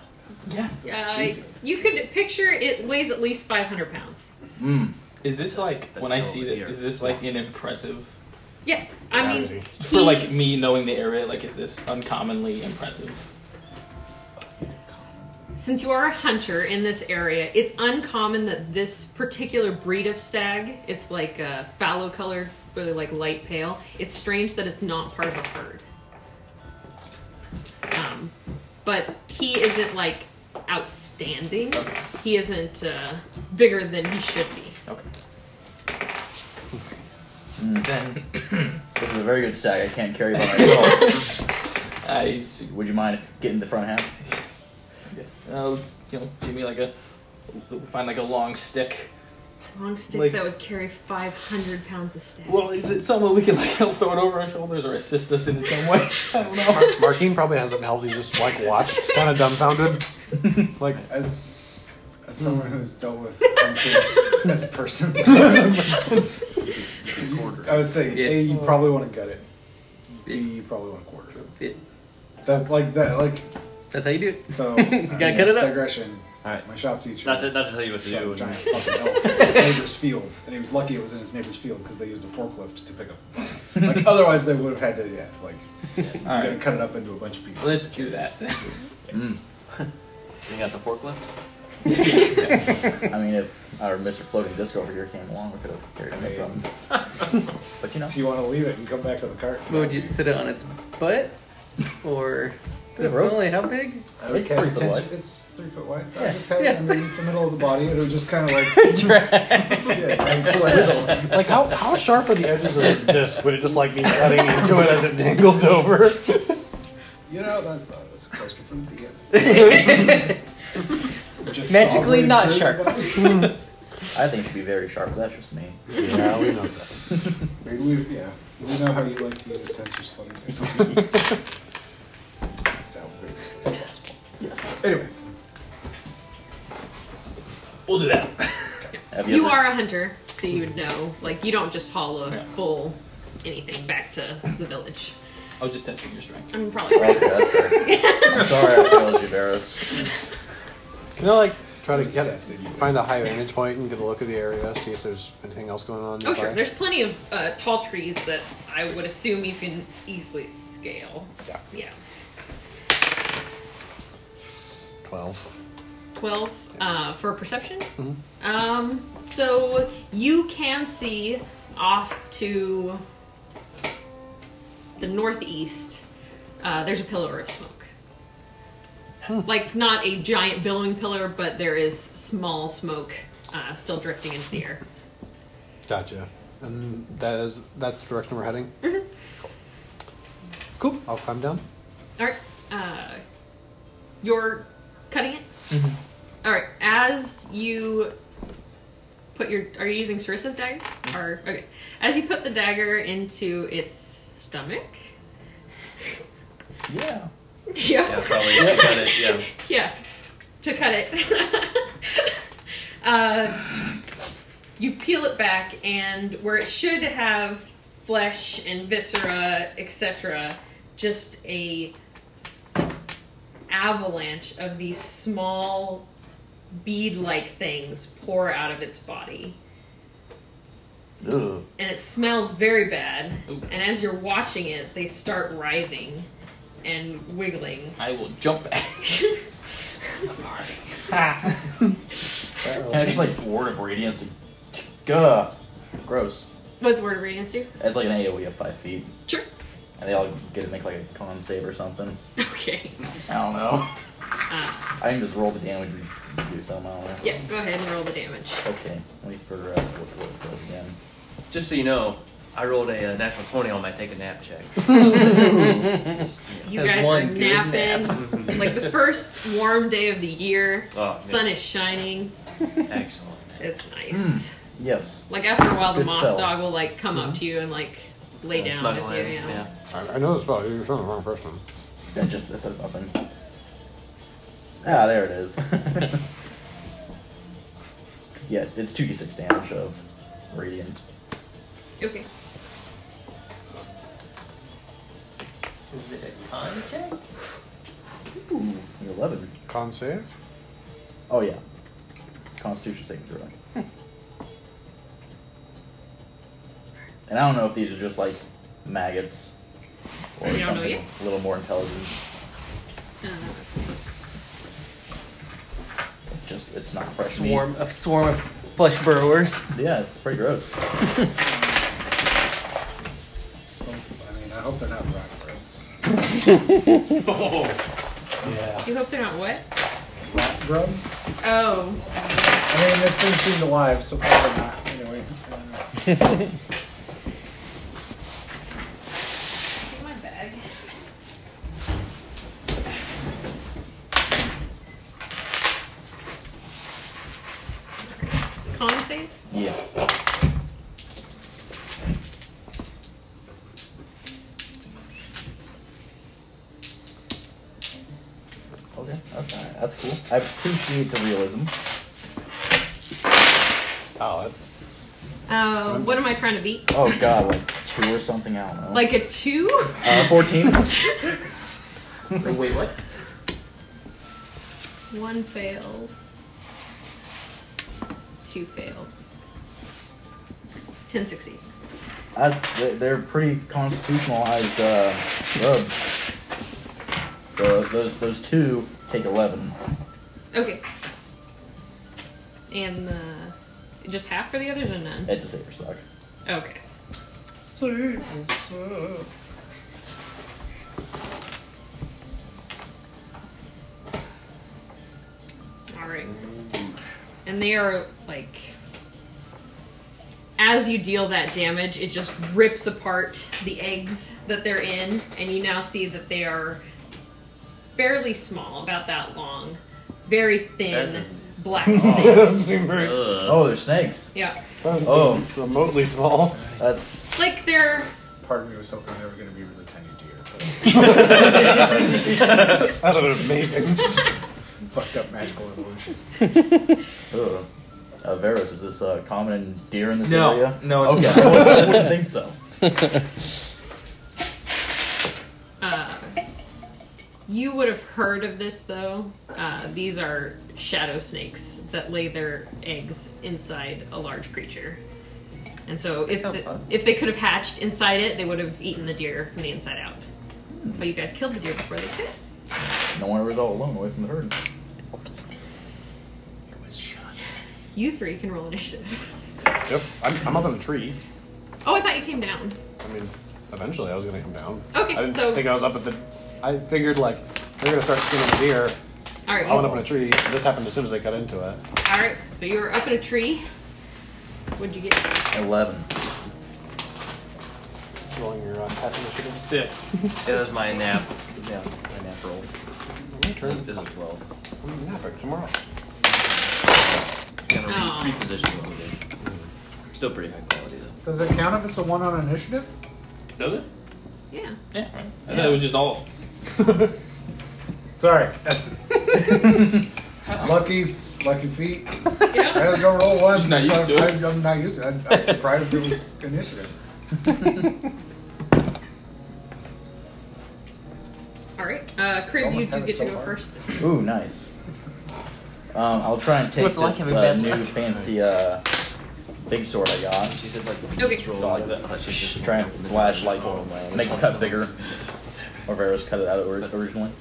[SPEAKER 6] Uh, you could picture it weighs at least 500 pounds.
[SPEAKER 2] Mm.
[SPEAKER 8] Is this like
[SPEAKER 4] That's
[SPEAKER 8] when I
[SPEAKER 4] all
[SPEAKER 8] see
[SPEAKER 4] over
[SPEAKER 8] this?
[SPEAKER 4] here.
[SPEAKER 8] Is this like an impressive
[SPEAKER 6] Yeah, I mean,
[SPEAKER 8] for like me knowing the area? Like, is this uncommonly impressive?
[SPEAKER 6] since you are a hunter in this area, it's uncommon that this particular breed of stag, it's like a fallow color, really like light pale. It's strange that it's not part of a herd. Um, but he isn't like outstanding.
[SPEAKER 8] Okay.
[SPEAKER 6] He isn't uh, bigger than he should be.
[SPEAKER 8] Okay. Mm, Then
[SPEAKER 2] This is a very good stack. I can't carry by myself.
[SPEAKER 8] I see.
[SPEAKER 2] Would you mind getting the front half?
[SPEAKER 8] Okay. Uh, let's you know give me like a find like a long stick.
[SPEAKER 6] Long stick
[SPEAKER 8] Like-
[SPEAKER 6] that would carry 500 pounds of stag.
[SPEAKER 8] Well, it's someone we can like help throw it over our shoulders or assist us in some way. I don't know.
[SPEAKER 5] Mar- Markeen probably hasn't helped. He's just like watched, kind of dumbfounded. Like,
[SPEAKER 3] as as someone who's dealt with hunting as a person, I would say
[SPEAKER 4] Yeah.
[SPEAKER 3] a you probably want to gut it. B you probably want to quarter it.
[SPEAKER 7] It-
[SPEAKER 3] That like that like
[SPEAKER 7] That's how you do it.
[SPEAKER 3] so.
[SPEAKER 7] gotta cut it up.
[SPEAKER 3] Digression.
[SPEAKER 4] All right.
[SPEAKER 3] My shop teacher.
[SPEAKER 4] Not to, not to tell you what to
[SPEAKER 3] shot
[SPEAKER 4] do.
[SPEAKER 3] a giant fucking elk in his neighbor's field, and he was lucky it was in his neighbor's field because they used a forklift to pick up. Like otherwise, they would have had to yeah like you
[SPEAKER 8] All
[SPEAKER 3] gotta
[SPEAKER 8] right,
[SPEAKER 3] cut it up into a bunch of pieces.
[SPEAKER 8] let's do that.
[SPEAKER 4] You got the forklift?
[SPEAKER 2] I mean, if our Mr. Floating Disco over here came along, we could have carried him. No problem. But you know,
[SPEAKER 3] If you want to leave it and come back to the cart, Uh,
[SPEAKER 7] What would you sit it on its butt? Or it's
[SPEAKER 2] rope.
[SPEAKER 7] only how big?
[SPEAKER 3] I would
[SPEAKER 2] It's
[SPEAKER 3] cast
[SPEAKER 2] pretty
[SPEAKER 3] attention.
[SPEAKER 2] wide.
[SPEAKER 3] It's three foot wide. I
[SPEAKER 7] Yeah.
[SPEAKER 3] would just have
[SPEAKER 7] Yeah.
[SPEAKER 3] it underneath the middle of the body, and it would just kind of like. yeah, kind of like so.
[SPEAKER 5] like how how sharp are the edges of this disc? Would it just like be cutting into it as it dangled over?
[SPEAKER 3] You know, that's, uh, that's a question from the DM. So just sovereign
[SPEAKER 7] Magically not
[SPEAKER 3] through the
[SPEAKER 7] sharp.
[SPEAKER 3] body.
[SPEAKER 2] I think it should be very sharp. That's just me.
[SPEAKER 5] Yeah, we know that.
[SPEAKER 3] Maybe we, yeah, we know how you like to use tensors floating. Sound weird as possible.
[SPEAKER 2] Yes.
[SPEAKER 3] Anyway,
[SPEAKER 8] We'll do that.
[SPEAKER 2] Have
[SPEAKER 6] You
[SPEAKER 2] ever-
[SPEAKER 6] are a hunter, so you would know. Like, you don't just haul a
[SPEAKER 8] Yeah.
[SPEAKER 6] bull, anything, back to the village.
[SPEAKER 8] I was just testing your strength.
[SPEAKER 6] I'm probably right.
[SPEAKER 2] Okay, that's fair. I'm sorry I failed you, Barros.
[SPEAKER 5] Can I like try to get find a high vantage point and get a look at the area, see if there's anything else going on
[SPEAKER 6] Oh,
[SPEAKER 5] nearby?
[SPEAKER 6] sure. There's plenty of uh, tall trees that I would assume you can easily scale.
[SPEAKER 5] Yeah.
[SPEAKER 6] Yeah.
[SPEAKER 5] Twelve.
[SPEAKER 6] 12 uh, for perception. Um, so you can see off to the northeast, uh, there's a pillar of smoke. Like, not a giant billowing pillar, but there is small smoke uh, still drifting into the air.
[SPEAKER 5] Gotcha. And that is that's the direction we're heading. Mm-hmm. Cool. I'll climb down.
[SPEAKER 6] All right. Uh, you're cutting it? All right. As you put your. Are you using Sarissa's dagger? Or. Okay. As you put the dagger into its stomach.
[SPEAKER 2] Yeah.
[SPEAKER 4] Yeah, probably. You got it. Yeah.
[SPEAKER 6] yeah to cut it uh, you peel it back and where it should have flesh and viscera etc just a s- avalanche of these small bead-like things pour out of its body
[SPEAKER 2] Ugh.
[SPEAKER 6] and it smells very bad
[SPEAKER 8] Ooh.
[SPEAKER 6] and as you're watching it they start writhing and wiggling
[SPEAKER 8] I will jump back.
[SPEAKER 2] Can I just like word of radiance? to- Gah. Gross.
[SPEAKER 6] what's the word of radiance do
[SPEAKER 2] It's like an AoE of five feet,
[SPEAKER 6] sure
[SPEAKER 2] and they all get to make like a con save or something.
[SPEAKER 6] okay
[SPEAKER 2] I don't know.
[SPEAKER 6] uh,
[SPEAKER 2] I can just roll the damage we do somehow. I don't know.
[SPEAKER 6] Yeah, go ahead and roll the damage.
[SPEAKER 2] Okay. Wait for uh, what, what it does again.
[SPEAKER 4] Just so you know, I rolled a uh, natural 20 on my take a nap check.
[SPEAKER 6] You
[SPEAKER 7] Has
[SPEAKER 6] guys are
[SPEAKER 7] one good
[SPEAKER 6] napping. like the first warm day of the year.
[SPEAKER 4] Oh,
[SPEAKER 6] Sun
[SPEAKER 4] man.
[SPEAKER 6] is shining.
[SPEAKER 4] Excellent.
[SPEAKER 6] It's nice.
[SPEAKER 2] Yes.
[SPEAKER 6] like after a while, the
[SPEAKER 2] Good
[SPEAKER 6] moss
[SPEAKER 2] spell.
[SPEAKER 6] dog will like come up to you and like lay down with
[SPEAKER 4] Snuggle
[SPEAKER 6] you.
[SPEAKER 4] in,
[SPEAKER 6] yeah.
[SPEAKER 4] yeah.
[SPEAKER 5] I, I know this spell. You're showing the wrong person.
[SPEAKER 2] That just that says nothing. Ah, there it is. yeah, it's two d six damage of radiant.
[SPEAKER 6] Okay.
[SPEAKER 7] Is it a con check?
[SPEAKER 2] Ooh, an eleven.
[SPEAKER 5] Con save.
[SPEAKER 2] Oh yeah. Constitution saving throw. and I don't know if these are just like maggots or
[SPEAKER 6] You don't know
[SPEAKER 2] something
[SPEAKER 6] yet?
[SPEAKER 2] a little more intelligent.
[SPEAKER 6] Uh,
[SPEAKER 2] Just it's not fresh
[SPEAKER 7] Swarm a swarm of flesh burrowers.
[SPEAKER 2] meat. Yeah, it's pretty gross.
[SPEAKER 9] I mean, I hope they're not rock ropes.
[SPEAKER 1] Oh,
[SPEAKER 6] you hope they're not what?
[SPEAKER 9] Rock grubs?
[SPEAKER 6] Oh.
[SPEAKER 9] I mean, this thing seemed alive, so probably not. Anyway, uh, I don't know.
[SPEAKER 6] my bag. Con save?
[SPEAKER 2] Yeah. Okay, that's all right. That's cool. I appreciate the realism.
[SPEAKER 5] Oh, that's
[SPEAKER 6] Uh, what am I trying to beat?
[SPEAKER 2] Oh god, like two or something. I don't know.
[SPEAKER 6] Like a two?
[SPEAKER 2] uh, fourteen.
[SPEAKER 8] Oh, wait, what?
[SPEAKER 6] One fails. Two failed. Ten succeed.
[SPEAKER 2] That's they- they're pretty constitutionalized uh, rubs. So those those two take eleven.
[SPEAKER 6] Okay. And uh, just half for the others or none?
[SPEAKER 2] It's a saber stock.
[SPEAKER 6] Okay. Alright. And they are like. As you deal that damage, it just rips apart the eggs that they're in, and you now see that they are fairly small, about that long, very
[SPEAKER 4] That
[SPEAKER 6] thin,
[SPEAKER 4] doesn't use-
[SPEAKER 6] black.
[SPEAKER 5] it doesn't seem very
[SPEAKER 4] Ugh.
[SPEAKER 2] Oh, they're snakes.
[SPEAKER 6] Yeah.
[SPEAKER 2] Oh.
[SPEAKER 5] oh. remotely small.
[SPEAKER 2] That's
[SPEAKER 6] Like they're
[SPEAKER 3] Part of me was hoping they were going to be really tiny deer, but
[SPEAKER 5] That would have been amazing.
[SPEAKER 3] fucked up magical evolution.
[SPEAKER 2] ugh. Uh, Veros, is this uh, common in deer in this
[SPEAKER 8] No,
[SPEAKER 2] area?
[SPEAKER 8] no, it's
[SPEAKER 2] okay. I wouldn't- I wouldn't think so.
[SPEAKER 6] Uh, you would have heard of this though. Uh, these are shadow snakes that lay their eggs inside a large creature. And so if
[SPEAKER 7] Sounds
[SPEAKER 6] the-
[SPEAKER 7] fun.
[SPEAKER 6] if they could have hatched inside it, they would have eaten the deer from the inside out. But you guys killed the deer before they could.
[SPEAKER 2] No one was all alone away from the herd.
[SPEAKER 6] You three can roll initiative.
[SPEAKER 5] yep. I'm, I'm up in the tree.
[SPEAKER 6] Oh, I thought you came down.
[SPEAKER 5] I mean, eventually I was gonna come down.
[SPEAKER 6] Okay,
[SPEAKER 5] I didn't
[SPEAKER 6] so-
[SPEAKER 5] think I was up at the. I figured like they're gonna start skinning the deer.
[SPEAKER 6] All right.
[SPEAKER 5] I went up in a tree. This happened as soon as they cut into it.
[SPEAKER 6] All right. So you were up in a tree. What'd you get?
[SPEAKER 2] Eleven.
[SPEAKER 5] Rolling your uh, attack initiative.
[SPEAKER 4] Six. Yeah, that was my nap. Yeah, my nap roll.
[SPEAKER 5] My turn.
[SPEAKER 4] This is 12.
[SPEAKER 5] I'm napping somewhere else.
[SPEAKER 4] Kind of
[SPEAKER 6] Aw.
[SPEAKER 4] re- reposition what we did. Still pretty high quality though.
[SPEAKER 9] Does it count if it's a one on initiative?
[SPEAKER 8] Does it?
[SPEAKER 6] Yeah.
[SPEAKER 8] Yeah. right. I thought it was just all.
[SPEAKER 9] Sorry. lucky, lucky feet. I
[SPEAKER 6] yeah.
[SPEAKER 9] had to go roll once.
[SPEAKER 8] Just not used to it.
[SPEAKER 9] I'm, I'm not used to it. I'm, I'm surprised it was initiative.
[SPEAKER 6] All right. Uh, Crib, you
[SPEAKER 9] Almost have
[SPEAKER 6] do
[SPEAKER 9] it
[SPEAKER 6] get
[SPEAKER 9] so
[SPEAKER 6] to go
[SPEAKER 9] far.
[SPEAKER 6] first.
[SPEAKER 2] Ooh, nice. Um, I'll try and take
[SPEAKER 7] What's it like
[SPEAKER 2] this
[SPEAKER 7] having
[SPEAKER 2] uh,
[SPEAKER 7] bad
[SPEAKER 2] new
[SPEAKER 7] luck?
[SPEAKER 2] fancy uh, big sword I got.
[SPEAKER 4] She said like the
[SPEAKER 6] Okay.
[SPEAKER 4] beach roll
[SPEAKER 2] So
[SPEAKER 4] like
[SPEAKER 2] like,
[SPEAKER 4] that. Like, she's just-
[SPEAKER 2] try and slash like
[SPEAKER 4] Oh, man.
[SPEAKER 2] make the cut bigger. Or Varus cut it out ori- originally.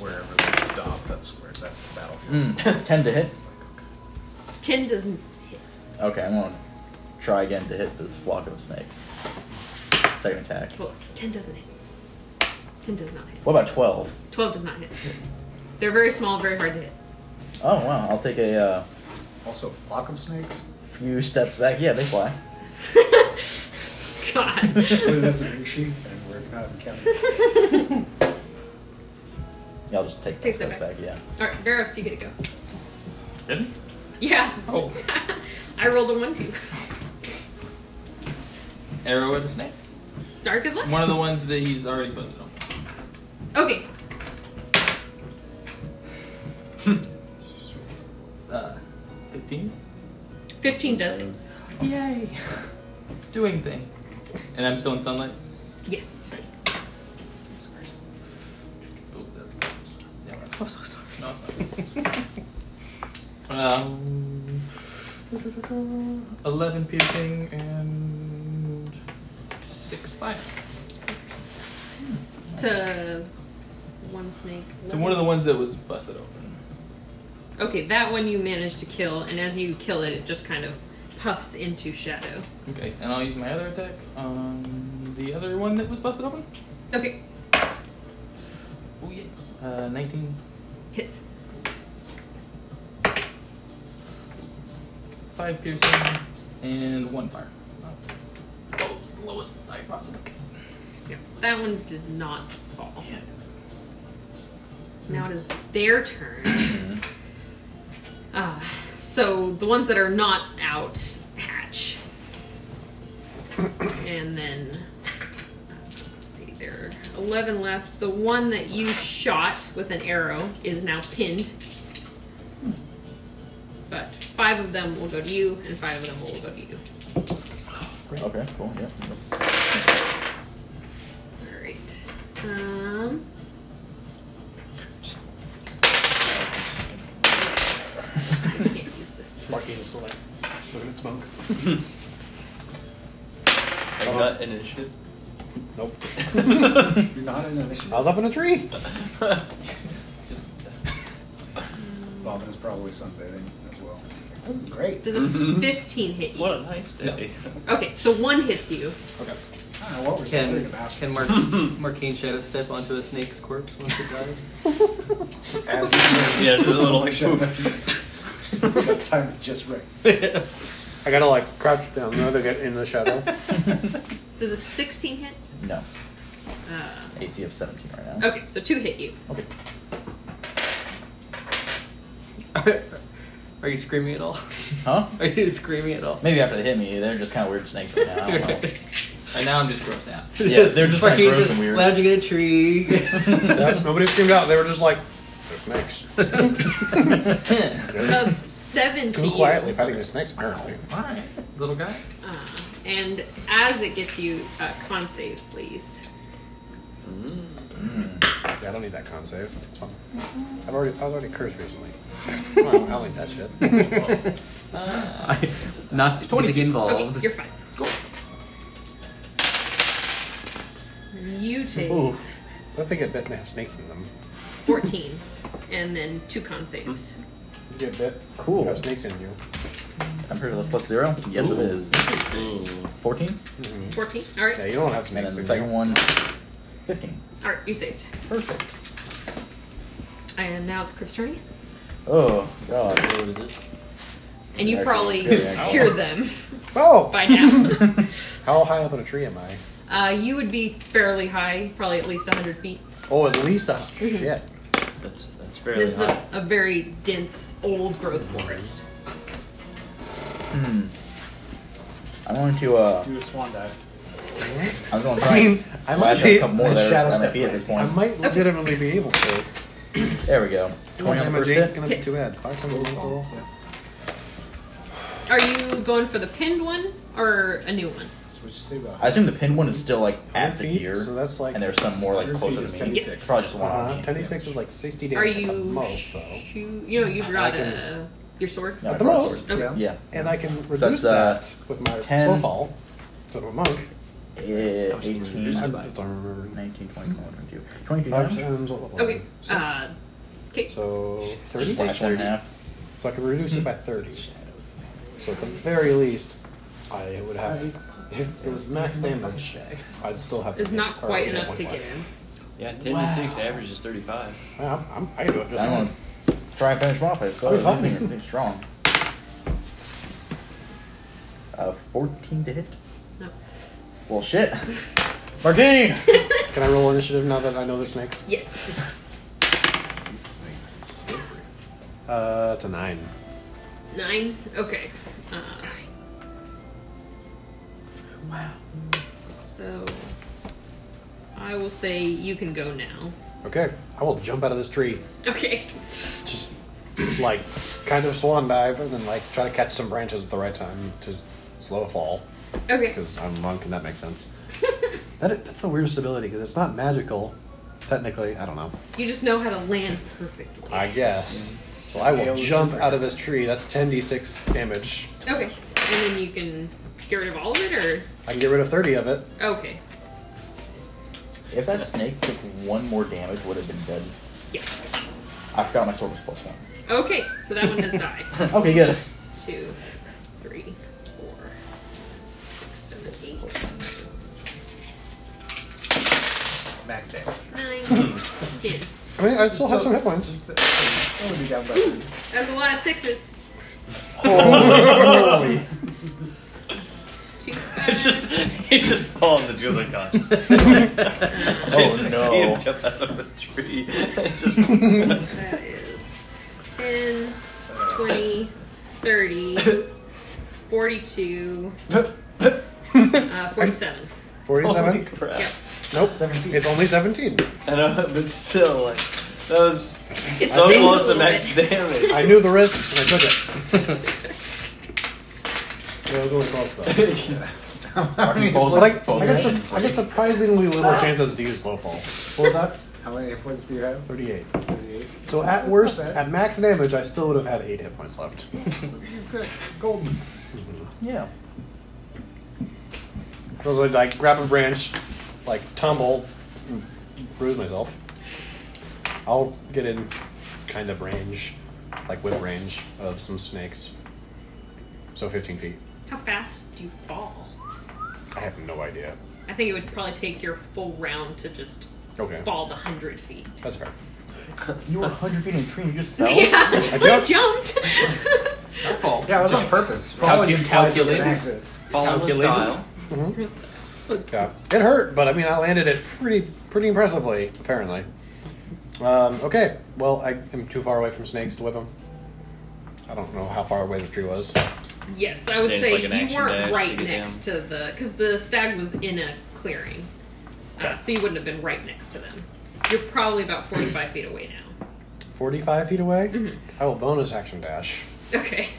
[SPEAKER 3] Wherever they stop, that's where that's the battlefield.
[SPEAKER 2] Mm, Ten to hit.
[SPEAKER 6] Ten doesn't hit.
[SPEAKER 2] Okay, I'm gonna try again to hit this flock of snakes. Second attack.
[SPEAKER 6] Well, 10 doesn't hit. 10 does not hit.
[SPEAKER 2] What about twelve?
[SPEAKER 6] 12 does not hit. They're very small, very hard to hit.
[SPEAKER 2] Oh wow, I'll take a uh,
[SPEAKER 9] Also, flock of snakes.
[SPEAKER 2] few steps back. Yeah, they fly.
[SPEAKER 6] God.
[SPEAKER 9] That's a new sheet, and we're not in county.
[SPEAKER 2] Yeah, I'll just take
[SPEAKER 6] Take
[SPEAKER 2] those
[SPEAKER 6] that back.
[SPEAKER 2] back. Yeah.
[SPEAKER 6] All right, Veros, you get to go.
[SPEAKER 4] Didn't?
[SPEAKER 6] Yeah.
[SPEAKER 8] Oh.
[SPEAKER 6] I rolled a one two.
[SPEAKER 8] Arrow at the snake.
[SPEAKER 6] All right, good luck.
[SPEAKER 8] One of the ones that he's already posted on.
[SPEAKER 6] Okay.
[SPEAKER 8] Uh, 15?
[SPEAKER 6] Fifteen does it.
[SPEAKER 8] Yay. Doing things. And I'm still in sunlight?
[SPEAKER 6] Yes.
[SPEAKER 8] Oh,
[SPEAKER 5] Yeah.
[SPEAKER 8] that's... I'm so sorry. No, it's not. um, 11 piercing and 6 fire.
[SPEAKER 6] To one snake.
[SPEAKER 8] To one of the ones that was busted open.
[SPEAKER 6] Okay, that one you managed to kill, and as you kill it, it just kind of puffs into shadow.
[SPEAKER 8] Okay, and I'll use my other attack on the other one that was busted open.
[SPEAKER 6] Okay,
[SPEAKER 8] Oh, yeah. Uh, 19,
[SPEAKER 6] hits.
[SPEAKER 8] 5 piercing, and 1 fire. Oh, lowest I possibly can.
[SPEAKER 6] Yeah, that one did not fall. Now it is their turn. uh, so the ones that are not out hatch. and then, uh, let's see, there are 11 left. The one that you shot with an arrow is now pinned. But five of them will go to you, and five of them will go to you.
[SPEAKER 2] Okay, cool. Yeah.
[SPEAKER 6] Alright. Um. I can't use this. tool.
[SPEAKER 5] Marky is still like looking at smoke.
[SPEAKER 4] Like, not an initiative.
[SPEAKER 5] Nope.
[SPEAKER 9] You're not in initiative.
[SPEAKER 5] I was up in a tree.
[SPEAKER 8] Just that's
[SPEAKER 3] Bobbin is probably sunbathing as well.
[SPEAKER 9] This is great.
[SPEAKER 6] Does a 15 hit you?
[SPEAKER 4] Mm-hmm. What a nice day.
[SPEAKER 6] Okay, so one hits you.
[SPEAKER 9] I don't know what we're talking
[SPEAKER 7] Can
[SPEAKER 9] about.
[SPEAKER 7] can Mar- Marquine Shadow step onto a snake's corpse once it dies?
[SPEAKER 9] As you
[SPEAKER 4] yeah, just a little like
[SPEAKER 9] Shut
[SPEAKER 4] poof.
[SPEAKER 9] we got time just right.
[SPEAKER 5] I gotta like crouch down in order to get in the shadow.
[SPEAKER 6] Does a 16 hit?
[SPEAKER 2] No.
[SPEAKER 6] Uh,
[SPEAKER 2] AC of 17 right now.
[SPEAKER 6] okay, so two hit you.
[SPEAKER 2] Okay.
[SPEAKER 7] Are you screaming at all?
[SPEAKER 2] Huh?
[SPEAKER 7] Are you screaming at all?
[SPEAKER 2] Maybe after they hit me, they're just kind of weird snakes right now. I don't know.
[SPEAKER 8] Right now I'm just grossed out.
[SPEAKER 2] Yeah, they're just kinda
[SPEAKER 7] Marquine's
[SPEAKER 2] gross and weird.
[SPEAKER 7] Lounging in a tree.
[SPEAKER 5] Yep, nobody screamed out. They were just like, "There's snakes."
[SPEAKER 6] So s- seven to
[SPEAKER 5] Too
[SPEAKER 6] you.
[SPEAKER 5] quietly fighting the snakes apparently.
[SPEAKER 8] Alright. Little guy?
[SPEAKER 6] Uh, and as it gets you, uh, con save, please.
[SPEAKER 5] Yeah, I don't need that con save. It's fine. I've already I was already cursed recently. Well, I don't need that shit.
[SPEAKER 8] Uh,
[SPEAKER 7] I- Not to get involved.
[SPEAKER 6] Okay, you're fine. Go. You take
[SPEAKER 5] Ooh. I don't think it bit and have snakes in them.
[SPEAKER 6] 14, and then two con saves.
[SPEAKER 5] You get bit.
[SPEAKER 2] Cool.
[SPEAKER 5] You have snakes in you.
[SPEAKER 2] I'm pretty low. Plus zero? Yes, it is. 14?
[SPEAKER 6] 14? Alright.
[SPEAKER 5] Yeah, you don't have
[SPEAKER 2] And then
[SPEAKER 5] snakes
[SPEAKER 2] the
[SPEAKER 5] in
[SPEAKER 2] second
[SPEAKER 5] you.
[SPEAKER 2] one, 15.
[SPEAKER 6] Alright, you saved.
[SPEAKER 2] Perfect.
[SPEAKER 6] And now it's Crib's turn.
[SPEAKER 2] Oh, God.
[SPEAKER 6] And you
[SPEAKER 2] Actually,
[SPEAKER 6] probably
[SPEAKER 2] yeah,
[SPEAKER 6] hear them
[SPEAKER 5] Oh!
[SPEAKER 6] by now.
[SPEAKER 2] Hmm.
[SPEAKER 5] How high up in a tree am I?
[SPEAKER 6] uh, you would be fairly high, probably at least 100 feet.
[SPEAKER 5] Oh, at least a shit.
[SPEAKER 4] That's that's fairly
[SPEAKER 6] This is
[SPEAKER 4] high. Mhm.
[SPEAKER 6] a, a very dense, old growth forest.
[SPEAKER 2] Hmm. I'm going to, uh,
[SPEAKER 9] Do a swan dive.
[SPEAKER 2] I'm going to
[SPEAKER 5] I
[SPEAKER 2] try and
[SPEAKER 5] mean, I might
[SPEAKER 2] slash up a
[SPEAKER 5] be-
[SPEAKER 2] couple more
[SPEAKER 9] I
[SPEAKER 2] there
[SPEAKER 9] shadow
[SPEAKER 2] on my
[SPEAKER 9] step
[SPEAKER 2] feet at
[SPEAKER 9] right.
[SPEAKER 2] this
[SPEAKER 5] I
[SPEAKER 2] point.
[SPEAKER 5] might legitimately be able to.
[SPEAKER 2] There we go. 20 on the first
[SPEAKER 5] ain't
[SPEAKER 2] hit?
[SPEAKER 5] gonna be too bad. Five times a roll.
[SPEAKER 6] Are you going for the pinned one or a new one?
[SPEAKER 9] So what you say about
[SPEAKER 2] I assume the pinned one is still, like, at the
[SPEAKER 5] feet,
[SPEAKER 2] ear.
[SPEAKER 5] so that's like-
[SPEAKER 2] And there's some more, like,
[SPEAKER 9] Your feet
[SPEAKER 2] closer
[SPEAKER 9] is
[SPEAKER 2] to me.
[SPEAKER 6] 10 Yes.
[SPEAKER 2] Probably just one on
[SPEAKER 5] Uh,
[SPEAKER 2] me.
[SPEAKER 5] 26 is like 60 damage
[SPEAKER 6] Are
[SPEAKER 5] at the
[SPEAKER 6] you.
[SPEAKER 5] most, though.
[SPEAKER 6] shoo- you know, you've got
[SPEAKER 5] can-
[SPEAKER 6] a, your sword?
[SPEAKER 2] Yeah,
[SPEAKER 5] At the
[SPEAKER 2] broadsword.
[SPEAKER 5] most, yeah.
[SPEAKER 2] Yeah.
[SPEAKER 5] And I can reduce
[SPEAKER 2] that's, uh,
[SPEAKER 5] that with my
[SPEAKER 2] 10.
[SPEAKER 5] slow fall. So I'm a monk.
[SPEAKER 2] Eh, 18,
[SPEAKER 5] I
[SPEAKER 2] 19,
[SPEAKER 5] don't remember.
[SPEAKER 2] 20, 21, 22. 22
[SPEAKER 5] Five
[SPEAKER 2] damage?
[SPEAKER 5] times what level
[SPEAKER 6] Okay.
[SPEAKER 5] am I? Six.
[SPEAKER 6] Uh, okay.
[SPEAKER 5] so 30?
[SPEAKER 2] Just slash one half.
[SPEAKER 5] So I can reduce it by
[SPEAKER 6] Hmm.
[SPEAKER 5] 30. So at the very least, I would have. If it was max damage, I'd still have. to
[SPEAKER 6] It's
[SPEAKER 5] hit-
[SPEAKER 6] not
[SPEAKER 5] or
[SPEAKER 6] quite
[SPEAKER 5] hit
[SPEAKER 6] enough
[SPEAKER 5] one
[SPEAKER 6] to
[SPEAKER 5] time.
[SPEAKER 6] get in.
[SPEAKER 4] Yeah, ten to six average is thirty-five.
[SPEAKER 5] Yeah, I'm, I'm, I can do it just
[SPEAKER 2] I want
[SPEAKER 5] fine.
[SPEAKER 2] to try and finish him off. I
[SPEAKER 5] That'd
[SPEAKER 2] suppose.
[SPEAKER 5] be fine.
[SPEAKER 2] These things are pretty strong. Uh, 14 to hit.
[SPEAKER 6] No.
[SPEAKER 2] Well, shit. Martine!
[SPEAKER 5] Can I roll initiative now that I know they're snakes?
[SPEAKER 6] Yes.
[SPEAKER 3] These snakes, it's slippery.
[SPEAKER 5] Uh, it's a nine.
[SPEAKER 6] Nine. Okay. Uh, wow. So I will say you can go now.
[SPEAKER 5] Okay, I will jump out of this tree.
[SPEAKER 6] Okay.
[SPEAKER 5] Just like kind of swan dive and then like try to catch some branches at the right time to slow a fall.
[SPEAKER 6] Okay.
[SPEAKER 5] Because I'm a monk and that makes sense. that, that's the weirdest ability because it's not magical. Technically, I don't know.
[SPEAKER 6] You just know how to land perfectly.
[SPEAKER 5] I guess. So I will
[SPEAKER 3] Hail the
[SPEAKER 5] jump
[SPEAKER 3] super.
[SPEAKER 5] out of this tree. That's 10d6 damage.
[SPEAKER 6] Okay. And then you can get rid of all of it, or
[SPEAKER 5] I can get rid of 30 of it.
[SPEAKER 6] okay.
[SPEAKER 2] If that snake took one more damage, would have been dead.
[SPEAKER 6] Yes.
[SPEAKER 2] I forgot my sword was plus one.
[SPEAKER 6] Okay. So that one does die.
[SPEAKER 2] Okay, good.
[SPEAKER 6] Two, three, four, six, seven,
[SPEAKER 3] Max damage.
[SPEAKER 6] eight, nine, ten.
[SPEAKER 5] I mean, I still have some hit points.
[SPEAKER 3] It's- it's- Only be down by three.
[SPEAKER 6] That was a lot of sixes. Two, five,
[SPEAKER 4] It's just he's just falling the jewels unconscious.
[SPEAKER 6] Uh,
[SPEAKER 2] Oh,
[SPEAKER 4] just
[SPEAKER 2] no.
[SPEAKER 4] see him jump out of the tree. It's just
[SPEAKER 6] That is 10, 20, 30, 42, uh, 47.
[SPEAKER 3] Oh,
[SPEAKER 5] 47?
[SPEAKER 4] crap.
[SPEAKER 5] Nope. 17. It's only 17.
[SPEAKER 4] I know, but still, like that was
[SPEAKER 6] It
[SPEAKER 4] so
[SPEAKER 6] stings a
[SPEAKER 4] close to
[SPEAKER 6] little
[SPEAKER 4] max
[SPEAKER 6] bit.
[SPEAKER 4] damage.
[SPEAKER 5] I knew the risks and I took it.
[SPEAKER 9] Those were close though.
[SPEAKER 3] Yes. How many,
[SPEAKER 8] Both-
[SPEAKER 5] But I,
[SPEAKER 8] both-
[SPEAKER 5] I, got, sur- I got surprisingly little chances to use slow fall. What was that?
[SPEAKER 3] how many hit points do you have?
[SPEAKER 5] 38.
[SPEAKER 3] 38.
[SPEAKER 5] So at
[SPEAKER 3] That's
[SPEAKER 5] worst,
[SPEAKER 3] not bad.
[SPEAKER 5] at max damage, I still would have had 8 hit points left.
[SPEAKER 3] Good. Golden.
[SPEAKER 2] Yeah.
[SPEAKER 5] I was like, like, grab a branch, like tumble, and bruise myself. I'll get in kind of range, like whip range of some snakes. So 15 feet.
[SPEAKER 6] How fast do you fall?
[SPEAKER 5] I have no idea.
[SPEAKER 6] I think it would probably take your full round to just
[SPEAKER 5] Okay,
[SPEAKER 6] fall the 100 feet.
[SPEAKER 5] that's fair.
[SPEAKER 2] You were 100 feet in a tree and you just fell?
[SPEAKER 6] Yeah, I
[SPEAKER 5] jumped.
[SPEAKER 6] jumped.
[SPEAKER 9] Yeah, it was on purpose. Falling
[SPEAKER 8] Calcu-
[SPEAKER 9] implies it's an
[SPEAKER 8] calculated.
[SPEAKER 9] accident.
[SPEAKER 8] Calculated.
[SPEAKER 5] Yeah, it hurt, but I mean, I landed it pretty, pretty impressively, apparently. Um, okay, well, I am too far away from snakes to whip them. I don't know how far away the tree was.
[SPEAKER 6] yes, I would
[SPEAKER 4] Seems
[SPEAKER 6] say
[SPEAKER 4] like an
[SPEAKER 6] you
[SPEAKER 4] action dash
[SPEAKER 6] weren't
[SPEAKER 4] to
[SPEAKER 6] right
[SPEAKER 4] get
[SPEAKER 6] next to the. Because the stag was in a clearing. Uh,
[SPEAKER 4] Okay.
[SPEAKER 6] so you wouldn't have been right next to them. You're probably about 45 feet away now.
[SPEAKER 5] 45 feet away? I will bonus action dash.
[SPEAKER 6] Okay.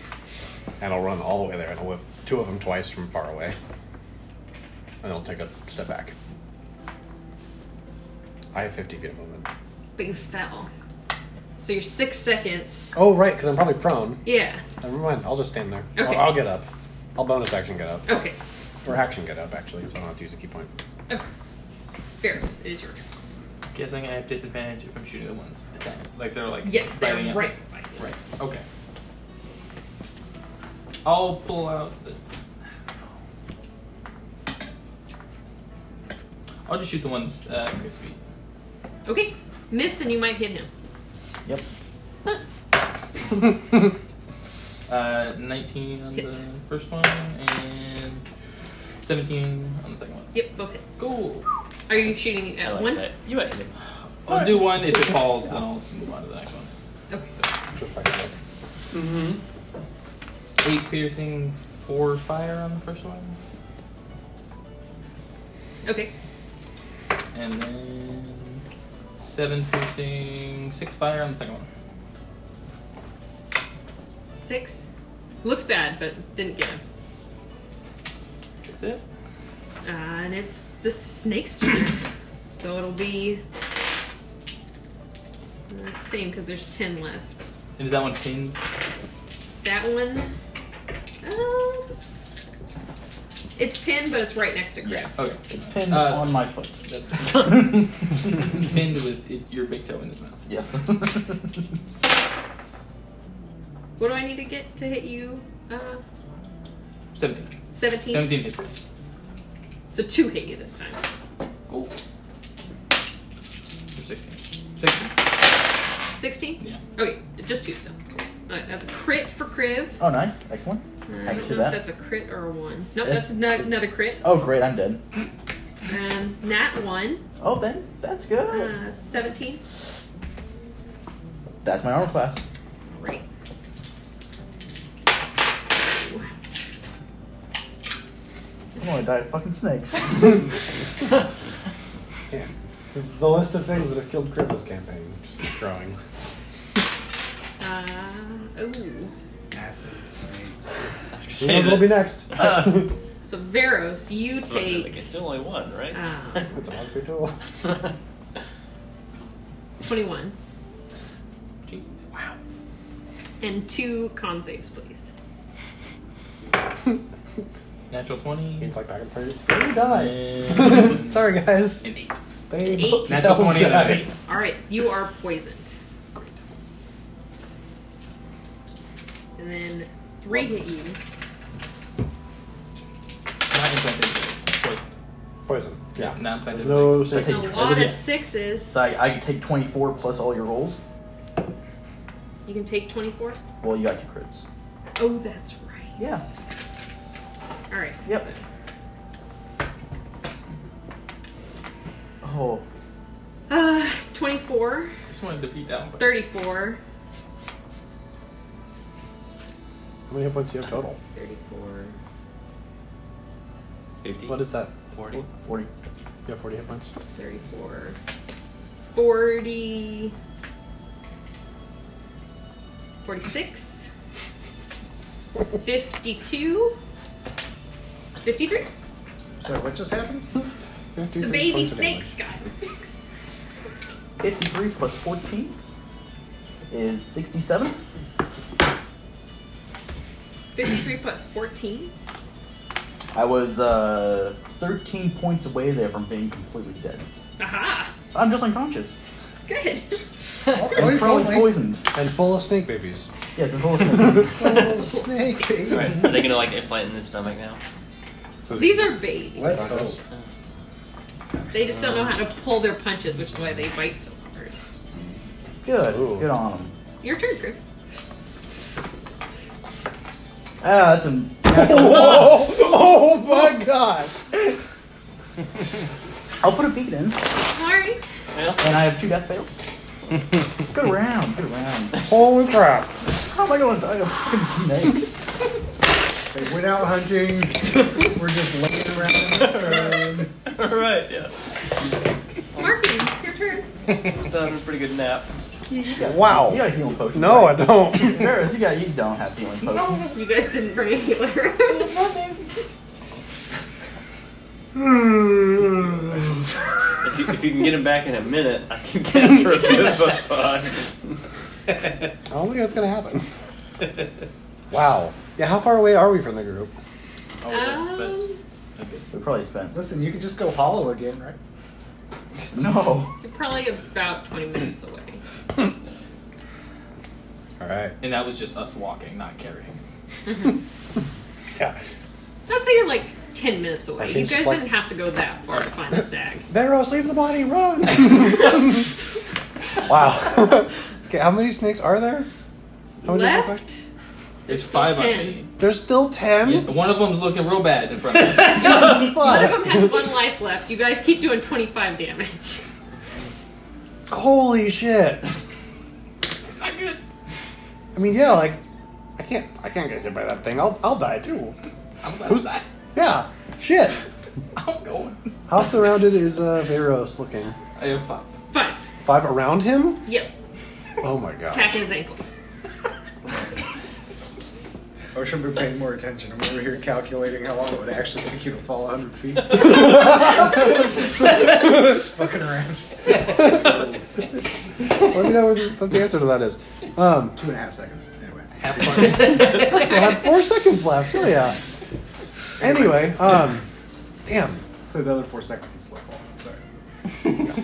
[SPEAKER 5] and I'll run all the way there, and I'll whip two of them twice from far away, and I'll take a step back. I have 50 feet of movement.
[SPEAKER 6] But you fell. So you're six seconds.
[SPEAKER 5] Oh, right, because I'm probably prone.
[SPEAKER 6] Yeah.
[SPEAKER 5] Never mind, I'll just stand there.
[SPEAKER 6] Okay.
[SPEAKER 5] I'll, I'll get up. I'll bonus action get up.
[SPEAKER 6] Okay.
[SPEAKER 5] Or action get up, actually, so I don't have to use a key point.
[SPEAKER 6] Okay. Ferris, it is your turn.
[SPEAKER 8] Guessing I have disadvantage if I'm shooting the ones at that. Like they're like
[SPEAKER 6] Yes, they're
[SPEAKER 8] fighting at me.
[SPEAKER 6] right behind you.
[SPEAKER 8] Right. Okay. I'll pull out the. I'll just shoot the ones uh, at Chris feet.
[SPEAKER 6] Okay. Miss and you might hit him.
[SPEAKER 2] Yep.
[SPEAKER 6] Huh.
[SPEAKER 8] Uh, 19 on
[SPEAKER 6] Hits.
[SPEAKER 8] the first one and 17 on the second one.
[SPEAKER 6] Yep, both hit.
[SPEAKER 8] Cool.
[SPEAKER 6] Are you shooting
[SPEAKER 4] I
[SPEAKER 6] at
[SPEAKER 4] like
[SPEAKER 6] one?
[SPEAKER 4] that. You might hit him.
[SPEAKER 8] I'll do one. If it falls, then I'll just move on to the next one.
[SPEAKER 6] Okay.
[SPEAKER 5] Just by getting up.
[SPEAKER 8] Eight piercing, four fire on the first one,
[SPEAKER 6] Okay.
[SPEAKER 8] and then seven piercing, six fire on the second one.
[SPEAKER 6] Six. Looks bad, but didn't get him.
[SPEAKER 8] That's it.
[SPEAKER 6] Uh, and it's the snake's turn. so it'll be the same because there's ten left.
[SPEAKER 8] And is that one pinned?
[SPEAKER 6] That one. Um, it's pinned, but it's right next to Crab.
[SPEAKER 8] Okay.
[SPEAKER 2] It's pinned
[SPEAKER 8] Uh,
[SPEAKER 2] on my foot.
[SPEAKER 8] That's pinned with it, your big toe in his mouth.
[SPEAKER 2] yes.
[SPEAKER 6] What do I need to get to hit you? Uh,
[SPEAKER 8] 17.
[SPEAKER 6] 17?
[SPEAKER 8] 17 hits.
[SPEAKER 6] So two hit you this time.
[SPEAKER 8] Cool. Or 16. 16.
[SPEAKER 6] 16?
[SPEAKER 8] Yeah.
[SPEAKER 6] Okay, just two still. Alright, that's a crit for Kriv.
[SPEAKER 2] oh, nice. Excellent.
[SPEAKER 6] I
[SPEAKER 2] I
[SPEAKER 6] don't
[SPEAKER 2] can
[SPEAKER 6] know
[SPEAKER 2] do
[SPEAKER 6] if
[SPEAKER 2] that.
[SPEAKER 6] that's a crit or a one. Nope,
[SPEAKER 2] Yeah.
[SPEAKER 6] that's not, not a crit.
[SPEAKER 2] Oh, great, I'm dead.
[SPEAKER 6] Um, nat one,
[SPEAKER 2] Oh, then that's good.
[SPEAKER 6] uh, 17.
[SPEAKER 2] That's my armor class.
[SPEAKER 6] Great. So,
[SPEAKER 2] I'm gonna die of fucking snakes.
[SPEAKER 5] Yeah. The, the list of things that have killed Crit this campaign just keeps growing.
[SPEAKER 6] uh, ooh.
[SPEAKER 3] Acid snakes.
[SPEAKER 5] Who knows what'll be next?
[SPEAKER 4] Uh.
[SPEAKER 6] So Veros, you
[SPEAKER 4] That's what I said, like,
[SPEAKER 6] take
[SPEAKER 4] it's still only one, right?
[SPEAKER 6] uh,
[SPEAKER 5] it's a monster tool.
[SPEAKER 6] 21
[SPEAKER 8] Jeez.
[SPEAKER 4] wow.
[SPEAKER 6] and two con saves, please.
[SPEAKER 8] Natural 20.
[SPEAKER 5] It's like back and print. You die.
[SPEAKER 8] And-
[SPEAKER 5] Sorry guys.
[SPEAKER 8] An 8.
[SPEAKER 5] They
[SPEAKER 6] An
[SPEAKER 5] both
[SPEAKER 6] eight.
[SPEAKER 3] Natural
[SPEAKER 5] both
[SPEAKER 3] 20 and an
[SPEAKER 5] died.
[SPEAKER 3] 8.
[SPEAKER 6] All right, you are poisoned. Great. And then three hit you.
[SPEAKER 8] Not implanted six. Poison.
[SPEAKER 5] Poison. Yeah.
[SPEAKER 8] Not implanted
[SPEAKER 5] No
[SPEAKER 8] six.
[SPEAKER 5] six.
[SPEAKER 6] It's a lot of sixes.
[SPEAKER 2] So I, I can take 24 plus all your rolls.
[SPEAKER 6] You can take 24.
[SPEAKER 2] Well, you got your crits.
[SPEAKER 6] Oh, that's right.
[SPEAKER 2] Yeah.
[SPEAKER 6] All right.
[SPEAKER 2] Yep. Oh,
[SPEAKER 6] Uh, 24,
[SPEAKER 8] Just want to defeat that one.
[SPEAKER 6] 34,
[SPEAKER 5] How many hit points do you have total?
[SPEAKER 4] 34. 50.
[SPEAKER 5] What is that?
[SPEAKER 4] 40?
[SPEAKER 2] 40.
[SPEAKER 5] You have 40 hit points?
[SPEAKER 6] 34, 40, 46, 52, 53.
[SPEAKER 9] So what just happened?
[SPEAKER 5] 53
[SPEAKER 6] The baby
[SPEAKER 5] points of damage.
[SPEAKER 6] snakes got it.
[SPEAKER 2] 53 plus 14 is 67.
[SPEAKER 6] 53 plus 14.
[SPEAKER 2] I was uh, 13 points away there from being completely dead.
[SPEAKER 6] Aha!
[SPEAKER 2] I'm just unconscious.
[SPEAKER 6] Good.
[SPEAKER 2] And probably poisoned.
[SPEAKER 5] And full of snake babies.
[SPEAKER 2] Yes, and full of snakes.
[SPEAKER 9] Snake.
[SPEAKER 4] Right. Are they gonna like implant in the stomach now?
[SPEAKER 6] These are babies.
[SPEAKER 9] Let's hope.
[SPEAKER 6] They just don't know how to pull their punches, which is why they bite so hard.
[SPEAKER 2] Good.
[SPEAKER 5] Ooh.
[SPEAKER 2] Good on them.
[SPEAKER 6] Your turn, Griff.
[SPEAKER 2] Ah, that's a.
[SPEAKER 5] Oh, oh my gosh!
[SPEAKER 2] I'll put a beat in, and
[SPEAKER 6] Sorry.
[SPEAKER 2] I have two death fails. Good round. Good round.
[SPEAKER 5] Holy crap!
[SPEAKER 2] How am I going to die to fucking snakes?
[SPEAKER 9] They went out hunting. We're just laying around in the sun.
[SPEAKER 4] Alright, yeah.
[SPEAKER 6] Marking, your turn.
[SPEAKER 4] Just having a pretty good nap.
[SPEAKER 5] Wow.
[SPEAKER 2] You got a healing potion.
[SPEAKER 5] No, I
[SPEAKER 2] right?
[SPEAKER 5] don't.
[SPEAKER 2] Ferris, you got you don't have healing potions.
[SPEAKER 6] You guys didn't bring a healer.
[SPEAKER 4] If you, if you can get him back in a minute, I can cast her a bit of a fun.
[SPEAKER 5] I don't think that's gonna happen.
[SPEAKER 8] Oh,
[SPEAKER 5] Wow. Yeah, how far away are we from the group?
[SPEAKER 6] um,
[SPEAKER 2] We probably spent.
[SPEAKER 9] Listen, you could just go hollow again, right?
[SPEAKER 2] No.
[SPEAKER 6] you're probably about 20 minutes away.
[SPEAKER 5] All right.
[SPEAKER 8] And that was just us walking, not carrying.
[SPEAKER 5] Yeah.
[SPEAKER 6] I'd say you're like 10 minutes away.
[SPEAKER 5] think
[SPEAKER 6] You
[SPEAKER 5] it's
[SPEAKER 6] guys
[SPEAKER 5] just like-
[SPEAKER 6] didn't have to go that far to find a stag.
[SPEAKER 5] Veros, leave the body. Run. wow. okay, how many snakes are there? How many are
[SPEAKER 6] Left?
[SPEAKER 5] back?
[SPEAKER 8] There's five
[SPEAKER 6] still
[SPEAKER 8] on
[SPEAKER 6] ten.
[SPEAKER 8] me.
[SPEAKER 5] There's still ten.
[SPEAKER 8] Yeah, one of them's looking real bad in front of me.
[SPEAKER 6] One of
[SPEAKER 5] Fuck.
[SPEAKER 6] them has one life left. You guys keep doing 25 damage.
[SPEAKER 5] Holy shit.
[SPEAKER 6] Not good.
[SPEAKER 5] I mean, yeah, like I can't, I can't get hit by that thing. I'll, I'll die too.
[SPEAKER 8] I'm glad
[SPEAKER 5] Who's-
[SPEAKER 8] I,
[SPEAKER 5] Yeah. Shit.
[SPEAKER 8] I'm going.
[SPEAKER 5] How surrounded is uh, Veros looking?
[SPEAKER 8] I have five.
[SPEAKER 6] Five.
[SPEAKER 5] Five around him?
[SPEAKER 6] Yep.
[SPEAKER 5] Oh my god.
[SPEAKER 6] Attacking his ankles.
[SPEAKER 9] Or should we be paying more attention? I'm over here calculating how long it would actually take you to fall 100 feet. Fucking around.
[SPEAKER 5] Let me know what what the answer to that is. Um,
[SPEAKER 9] Two and a half seconds. Anyway.
[SPEAKER 8] Have fun.
[SPEAKER 5] I still had four seconds left. Oh yeah. Anyway, um, damn.
[SPEAKER 9] So the other four seconds is slow fall. Sorry.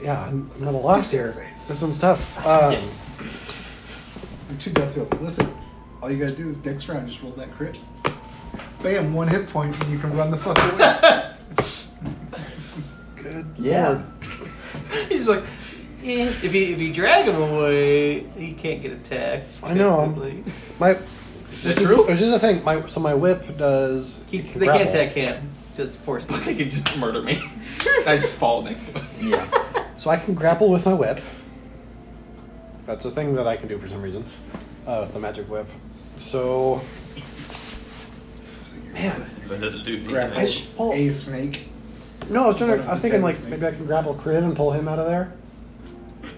[SPEAKER 5] Yeah, I'm, I'm at a loss here. This one's tough. Um,
[SPEAKER 9] Your two death feels. Listen, all you gotta do is next round just roll that crit. Bam, one hit point, and you can run the fuck away.
[SPEAKER 5] good.
[SPEAKER 2] Yeah.
[SPEAKER 7] He's like, eh, if you if you drag him away, he can't get attacked.
[SPEAKER 5] I know.
[SPEAKER 7] Basically.
[SPEAKER 5] My
[SPEAKER 8] that
[SPEAKER 5] Which is-
[SPEAKER 8] true?
[SPEAKER 5] Which is the thing. My so my whip does.
[SPEAKER 7] He,
[SPEAKER 5] it can
[SPEAKER 7] they can't
[SPEAKER 5] grapple.
[SPEAKER 7] attack camp. Just force.
[SPEAKER 8] But they could just murder me. I just fall next to him.
[SPEAKER 2] Yeah.
[SPEAKER 5] So I can grapple with my whip. That's a thing that I can do for some reason. Uh, with the magic whip. So man,
[SPEAKER 4] So it doesn't do any
[SPEAKER 3] Grab
[SPEAKER 4] damage.
[SPEAKER 5] I, well,
[SPEAKER 3] a snake.
[SPEAKER 5] no, I was, trying to,
[SPEAKER 3] Why
[SPEAKER 5] I was
[SPEAKER 3] don't
[SPEAKER 5] thinking
[SPEAKER 3] you say
[SPEAKER 5] like
[SPEAKER 3] this thing?
[SPEAKER 5] maybe I can grapple Crib and pull him out of there.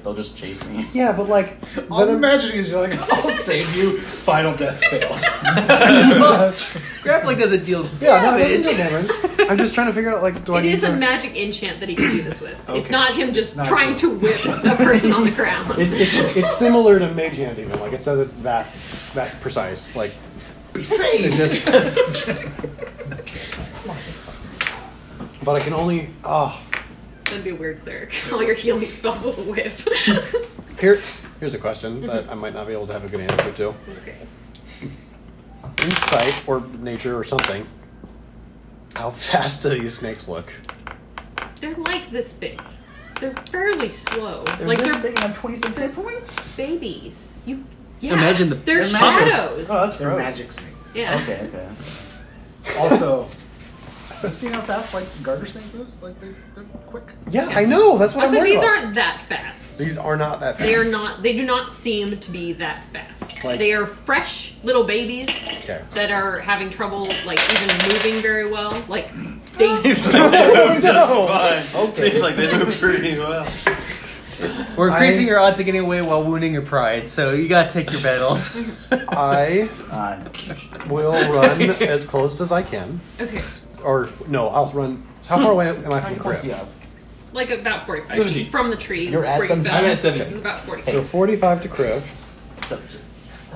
[SPEAKER 2] They'll just chase me.
[SPEAKER 5] Yeah, but like,
[SPEAKER 9] All
[SPEAKER 5] then
[SPEAKER 9] I'm
[SPEAKER 5] I'm-
[SPEAKER 9] imagining is you're like, I'll save you. Final death fail.
[SPEAKER 7] Grappling doesn't deal
[SPEAKER 5] yeah, no,
[SPEAKER 7] damage.
[SPEAKER 5] it doesn't do damage. I'm just trying to figure out like, do I
[SPEAKER 6] It
[SPEAKER 5] need
[SPEAKER 6] is
[SPEAKER 5] to?
[SPEAKER 6] a magic enchant that he can do this with. It's
[SPEAKER 3] Okay.
[SPEAKER 6] not him just
[SPEAKER 9] Not
[SPEAKER 6] trying
[SPEAKER 9] just-
[SPEAKER 6] to whip a person on the ground.
[SPEAKER 5] It, it's it's similar to mage hand even like it says it's that that precise like
[SPEAKER 9] Be saved.
[SPEAKER 5] it just. but I can only oh
[SPEAKER 6] That'd be a weird cleric. All your healing spells with a whip.
[SPEAKER 5] here here's a question
[SPEAKER 6] Mm-hmm.
[SPEAKER 5] that I might not be able to have a good answer to.
[SPEAKER 6] okay.
[SPEAKER 5] insight or nature or something. How fast do these snakes look?
[SPEAKER 6] They're like this big. They're fairly slow.
[SPEAKER 2] They're
[SPEAKER 6] like
[SPEAKER 2] this
[SPEAKER 6] they're
[SPEAKER 2] big and have 26 hit points.
[SPEAKER 6] babies. You yeah.
[SPEAKER 7] Imagine the-
[SPEAKER 6] they're
[SPEAKER 7] They're
[SPEAKER 2] monsters.
[SPEAKER 6] shadows.
[SPEAKER 2] Oh, that's
[SPEAKER 3] They're
[SPEAKER 2] gross.
[SPEAKER 3] magic snakes.
[SPEAKER 6] yeah.
[SPEAKER 2] Okay, okay.
[SPEAKER 3] Also,
[SPEAKER 9] I've seen how fast like garter snake moves. Like they're, they're quick.
[SPEAKER 5] Yeah, I know. That's what
[SPEAKER 6] Also,
[SPEAKER 5] I'm worried
[SPEAKER 6] these
[SPEAKER 5] about.
[SPEAKER 6] aren't that fast.
[SPEAKER 5] these are not that fast.
[SPEAKER 6] They are not. They do not seem to be that fast.
[SPEAKER 5] Like-
[SPEAKER 6] they are fresh little babies
[SPEAKER 5] Okay.
[SPEAKER 6] that are having trouble, like even moving very well. Like they,
[SPEAKER 5] oh, no.
[SPEAKER 4] Okay. Seems like they move pretty well.
[SPEAKER 7] We're increasing
[SPEAKER 5] I-
[SPEAKER 7] your odds of getting away while wounding your pride, so you gotta take your battles.
[SPEAKER 5] I
[SPEAKER 2] Uh,
[SPEAKER 5] will run as close as I can.
[SPEAKER 6] okay,
[SPEAKER 5] Or, no, I'll run. How far away am I from the
[SPEAKER 2] yeah.
[SPEAKER 5] grip?
[SPEAKER 6] like about forty-five
[SPEAKER 8] Seventeen.
[SPEAKER 6] feet from the tree
[SPEAKER 2] You're at
[SPEAKER 6] where you
[SPEAKER 2] them-
[SPEAKER 6] fell.
[SPEAKER 8] I'm at
[SPEAKER 6] It
[SPEAKER 8] seventeen.
[SPEAKER 6] was about forty.
[SPEAKER 5] So 45 to Kriv.
[SPEAKER 2] So,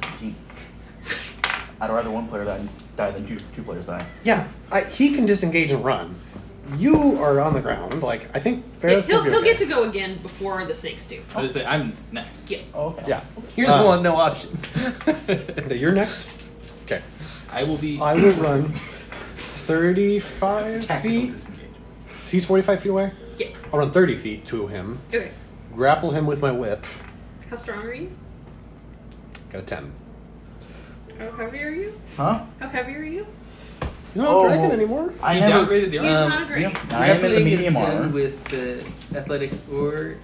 [SPEAKER 2] 17. I'd rather one player die, die than two, two players die.
[SPEAKER 5] Yeah, I, he can disengage and run. You are on the ground. Like, I think
[SPEAKER 6] Yeah,
[SPEAKER 5] Ferris
[SPEAKER 6] he'll,
[SPEAKER 5] will be
[SPEAKER 6] he'll
[SPEAKER 5] okay.
[SPEAKER 6] get to go again before the snakes do.
[SPEAKER 8] I just say, I'm next.
[SPEAKER 6] Yeah.
[SPEAKER 2] Oh, okay.
[SPEAKER 5] Yeah.
[SPEAKER 7] You're the
[SPEAKER 5] Uh,
[SPEAKER 7] one with no options.
[SPEAKER 5] Okay, You're next? Okay.
[SPEAKER 8] I will be.
[SPEAKER 5] I will run 35 feet. He's 45 feet away?
[SPEAKER 6] Yeah.
[SPEAKER 5] I'll run 30 feet to him,
[SPEAKER 6] Okay.
[SPEAKER 5] grapple him with my whip.
[SPEAKER 6] How strong are you?
[SPEAKER 5] Got a 10.
[SPEAKER 6] How heavy are you?
[SPEAKER 2] Huh?
[SPEAKER 6] How heavy are you?
[SPEAKER 5] He's not
[SPEAKER 2] Oh.
[SPEAKER 5] a dragon anymore.
[SPEAKER 2] I
[SPEAKER 8] you
[SPEAKER 2] have a,
[SPEAKER 8] downgraded the
[SPEAKER 6] He's
[SPEAKER 8] armor.
[SPEAKER 7] Um,
[SPEAKER 6] not a dragon.
[SPEAKER 2] yeah, I am in the
[SPEAKER 7] Grappling is
[SPEAKER 2] medium
[SPEAKER 7] done
[SPEAKER 2] armor.
[SPEAKER 7] with the athletics or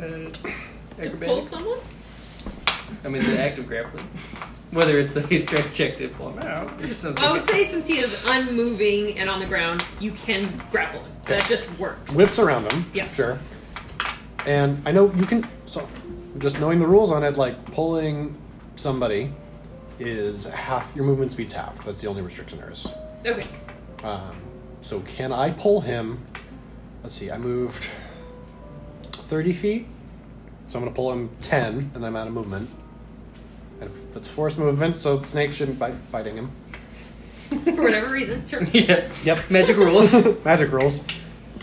[SPEAKER 7] uh,
[SPEAKER 6] To pull
[SPEAKER 7] acrobatics.
[SPEAKER 6] someone?
[SPEAKER 7] I mean, the act of grappling. Whether it's the strength check to pull him out or something.
[SPEAKER 6] I would say since he is unmoving and on the ground, you can grapple him. That just works.
[SPEAKER 5] Whips around him.
[SPEAKER 6] Yeah.
[SPEAKER 5] Sure. And I know you can. So, just knowing the rules on it, like pulling somebody is half. Your movement speed's half. That's the only restriction there is.
[SPEAKER 6] Okay.
[SPEAKER 5] Um, so, can I pull him? Let's see. I moved 30 feet. So, I'm going to pull him 10, and then I'm out of movement. And f- that's forced movement, so the snake shouldn't bite biting him.
[SPEAKER 6] For whatever reason, sure.
[SPEAKER 7] yeah.
[SPEAKER 5] Yep.
[SPEAKER 7] Magic rules.
[SPEAKER 5] Magic rolls.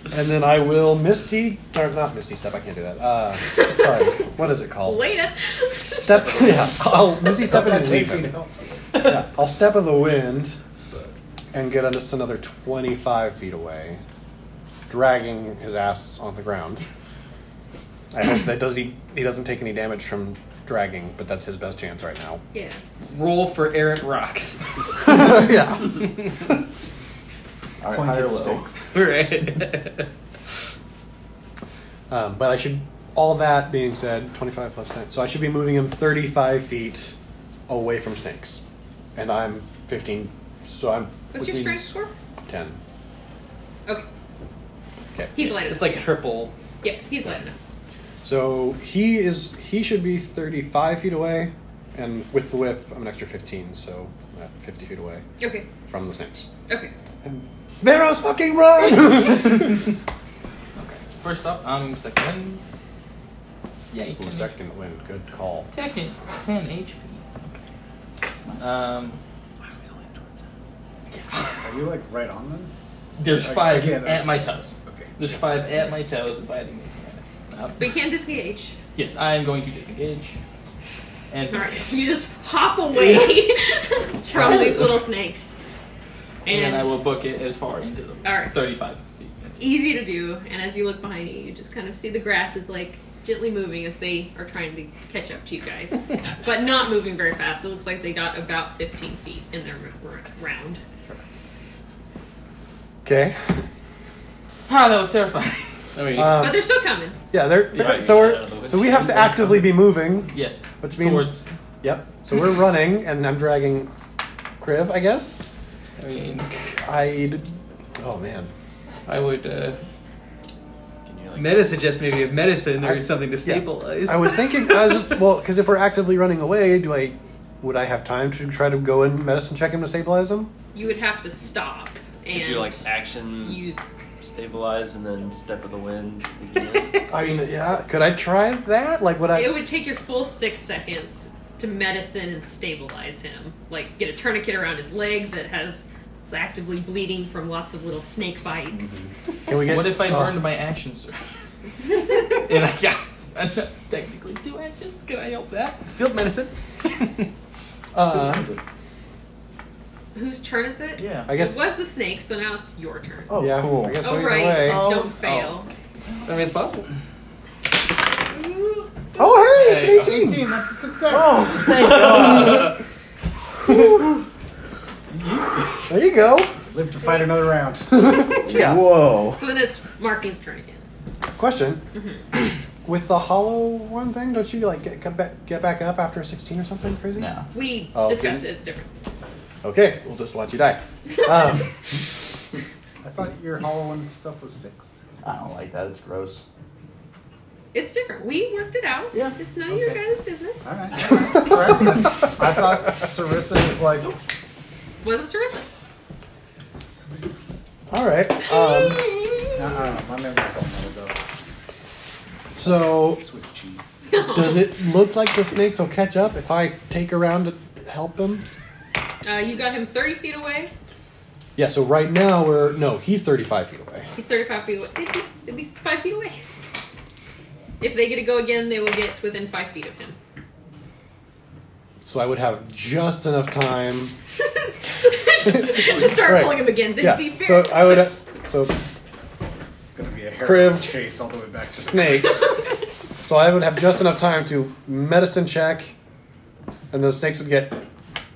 [SPEAKER 5] And then I will Misty, or not Misty Step, I can't do that. Uh, sorry, what is it called?
[SPEAKER 6] Later.
[SPEAKER 5] Step, yeah, I'll Misty Step and leave him.
[SPEAKER 9] helps.
[SPEAKER 5] Yeah, I'll Step of the Wind and get us another 25 feet away, dragging his ass on the ground. I hope that does he, he doesn't take any damage from dragging, but that's his best chance right now.
[SPEAKER 6] Yeah.
[SPEAKER 7] Roll for errant rocks.
[SPEAKER 5] yeah.
[SPEAKER 2] All right, high or
[SPEAKER 9] Pointed
[SPEAKER 2] low?
[SPEAKER 9] sticks.
[SPEAKER 7] right.
[SPEAKER 5] Um, but I should. All that being said, 25 plus 10. So I should be moving him 35 feet away from snakes. And I'm 15. So I'm.
[SPEAKER 6] What's
[SPEAKER 5] which
[SPEAKER 6] your strength
[SPEAKER 5] means
[SPEAKER 6] score?
[SPEAKER 5] 10.
[SPEAKER 6] Okay.
[SPEAKER 5] Okay.
[SPEAKER 6] He's light enough.
[SPEAKER 7] It's like
[SPEAKER 6] yeah.
[SPEAKER 7] triple.
[SPEAKER 6] Yeah, he's light enough.
[SPEAKER 5] So he is. He should be 35 feet away. And with the whip, I'm an extra 15. So I'm at 50 feet away
[SPEAKER 6] Okay.
[SPEAKER 5] from the snakes.
[SPEAKER 6] Okay.
[SPEAKER 5] And Veros, fucking run!
[SPEAKER 8] First up, I'm second. Yeah, you
[SPEAKER 5] Ooh, second win. Good call.
[SPEAKER 8] Second, 10 HP. Um,
[SPEAKER 9] Are you like right on them?
[SPEAKER 8] there's
[SPEAKER 9] I- I
[SPEAKER 8] five
[SPEAKER 9] can't-
[SPEAKER 8] at my toes.
[SPEAKER 9] Okay.
[SPEAKER 8] There's five at my toes biting me. Um,
[SPEAKER 6] But you can't disengage.
[SPEAKER 8] yes, I am going to disengage. And
[SPEAKER 6] Alright. You just hop away from these little snakes.
[SPEAKER 8] and I will book it as far into the
[SPEAKER 6] All right. E
[SPEAKER 8] 35 feet.
[SPEAKER 6] easy to do. And as you look behind you, you just kind of see the grass is like gently moving as they are trying to catch up to you guys, but not moving very fast. It looks like they got about 15 feet in their r- r- round.
[SPEAKER 5] Okay.
[SPEAKER 8] Ah, that was terrifying. I mean,
[SPEAKER 6] But
[SPEAKER 5] Um,
[SPEAKER 6] they're still coming.
[SPEAKER 5] yeah, they're,
[SPEAKER 4] Right.
[SPEAKER 5] so we're so we have to actively be moving,
[SPEAKER 8] yes.
[SPEAKER 5] which means
[SPEAKER 8] Towards-
[SPEAKER 5] yep. So we're running, and I'm dragging Kriv, I guess.
[SPEAKER 8] I mean,
[SPEAKER 5] I oh man,
[SPEAKER 7] I would. Uh,
[SPEAKER 4] Can you like
[SPEAKER 7] Meta suggests maybe a medicine or
[SPEAKER 5] I-
[SPEAKER 7] something to
[SPEAKER 5] yeah.
[SPEAKER 7] stabilize.
[SPEAKER 5] I was thinking I was just well because if we're actively running away, do I would I have time to try to go and medicine check him to stabilize him?
[SPEAKER 6] You would have to stop and
[SPEAKER 4] Could you like action
[SPEAKER 6] use.
[SPEAKER 4] stabilize and then step of the wind? again?
[SPEAKER 5] I mean, yeah, could I try that? Like, would I?
[SPEAKER 6] It would take your full six seconds to medicine and stabilize him. Like get a tourniquet around his leg that has is actively bleeding from lots of little snake bites.
[SPEAKER 5] Can we get?
[SPEAKER 8] What if I
[SPEAKER 5] oh,
[SPEAKER 8] burned my action surge? and I got I'm not technically two actions. Can I help that?
[SPEAKER 7] It's field medicine.
[SPEAKER 5] Uh,
[SPEAKER 6] Whose turn is it?
[SPEAKER 8] Yeah.
[SPEAKER 5] I guess.
[SPEAKER 6] It was the snake, so now it's your turn.
[SPEAKER 2] Oh,
[SPEAKER 5] yeah.
[SPEAKER 2] cool.
[SPEAKER 5] I guess so
[SPEAKER 6] oh
[SPEAKER 5] either
[SPEAKER 6] right,
[SPEAKER 5] way.
[SPEAKER 8] Oh.
[SPEAKER 6] don't fail.
[SPEAKER 8] I mean, it's possible.
[SPEAKER 6] Ooh.
[SPEAKER 5] Oh, hey,
[SPEAKER 8] Hey,
[SPEAKER 5] it's an 18.
[SPEAKER 9] Eighteen, that's a success.
[SPEAKER 5] Oh, thank God. there you go.
[SPEAKER 9] Live to fight another round.
[SPEAKER 5] yeah.
[SPEAKER 2] Whoa.
[SPEAKER 6] So then it's Marking's turn again.
[SPEAKER 5] Question.
[SPEAKER 6] Mm-hmm.
[SPEAKER 5] With the hollow one thing, don't you like get, get back get back up after a 16 or something crazy?
[SPEAKER 2] No.
[SPEAKER 6] We
[SPEAKER 5] Oh,
[SPEAKER 6] discussed
[SPEAKER 5] okay.
[SPEAKER 6] it. It's different.
[SPEAKER 5] Okay, we'll just watch you die. Um,
[SPEAKER 9] I thought your hollow one stuff was fixed.
[SPEAKER 2] I don't like that. It's gross.
[SPEAKER 6] It's different. We worked it out.
[SPEAKER 9] Yeah.
[SPEAKER 6] It's none of your
[SPEAKER 9] Okay.
[SPEAKER 6] guys' business.
[SPEAKER 9] All right. All right. All right then. I thought Sarissa was like.
[SPEAKER 6] Wasn't Sarissa.
[SPEAKER 5] all right. Um,
[SPEAKER 9] I I don't know. Uh-uh, My memory's all muddled up.
[SPEAKER 5] so
[SPEAKER 9] Swiss cheese.
[SPEAKER 5] does it look like the snakes will catch up if I take around to help them?
[SPEAKER 6] Uh, you got him 30 feet away.
[SPEAKER 5] Yeah. So right now we're no, he's 35 feet away.
[SPEAKER 6] He's 35 feet away. It'd be, it'd be 5 feet away. If they get to go again, they will get within 5 feet of him.
[SPEAKER 5] So I would have just enough time.
[SPEAKER 6] to start
[SPEAKER 5] Right.
[SPEAKER 6] pulling him again, they'd
[SPEAKER 5] yeah.
[SPEAKER 6] be very
[SPEAKER 5] So uh, I would. So
[SPEAKER 9] It's gonna be a
[SPEAKER 5] Crib.
[SPEAKER 9] Crib. chase all the way back to
[SPEAKER 5] snakes. so I would have just enough time to medicine check, and the snakes would get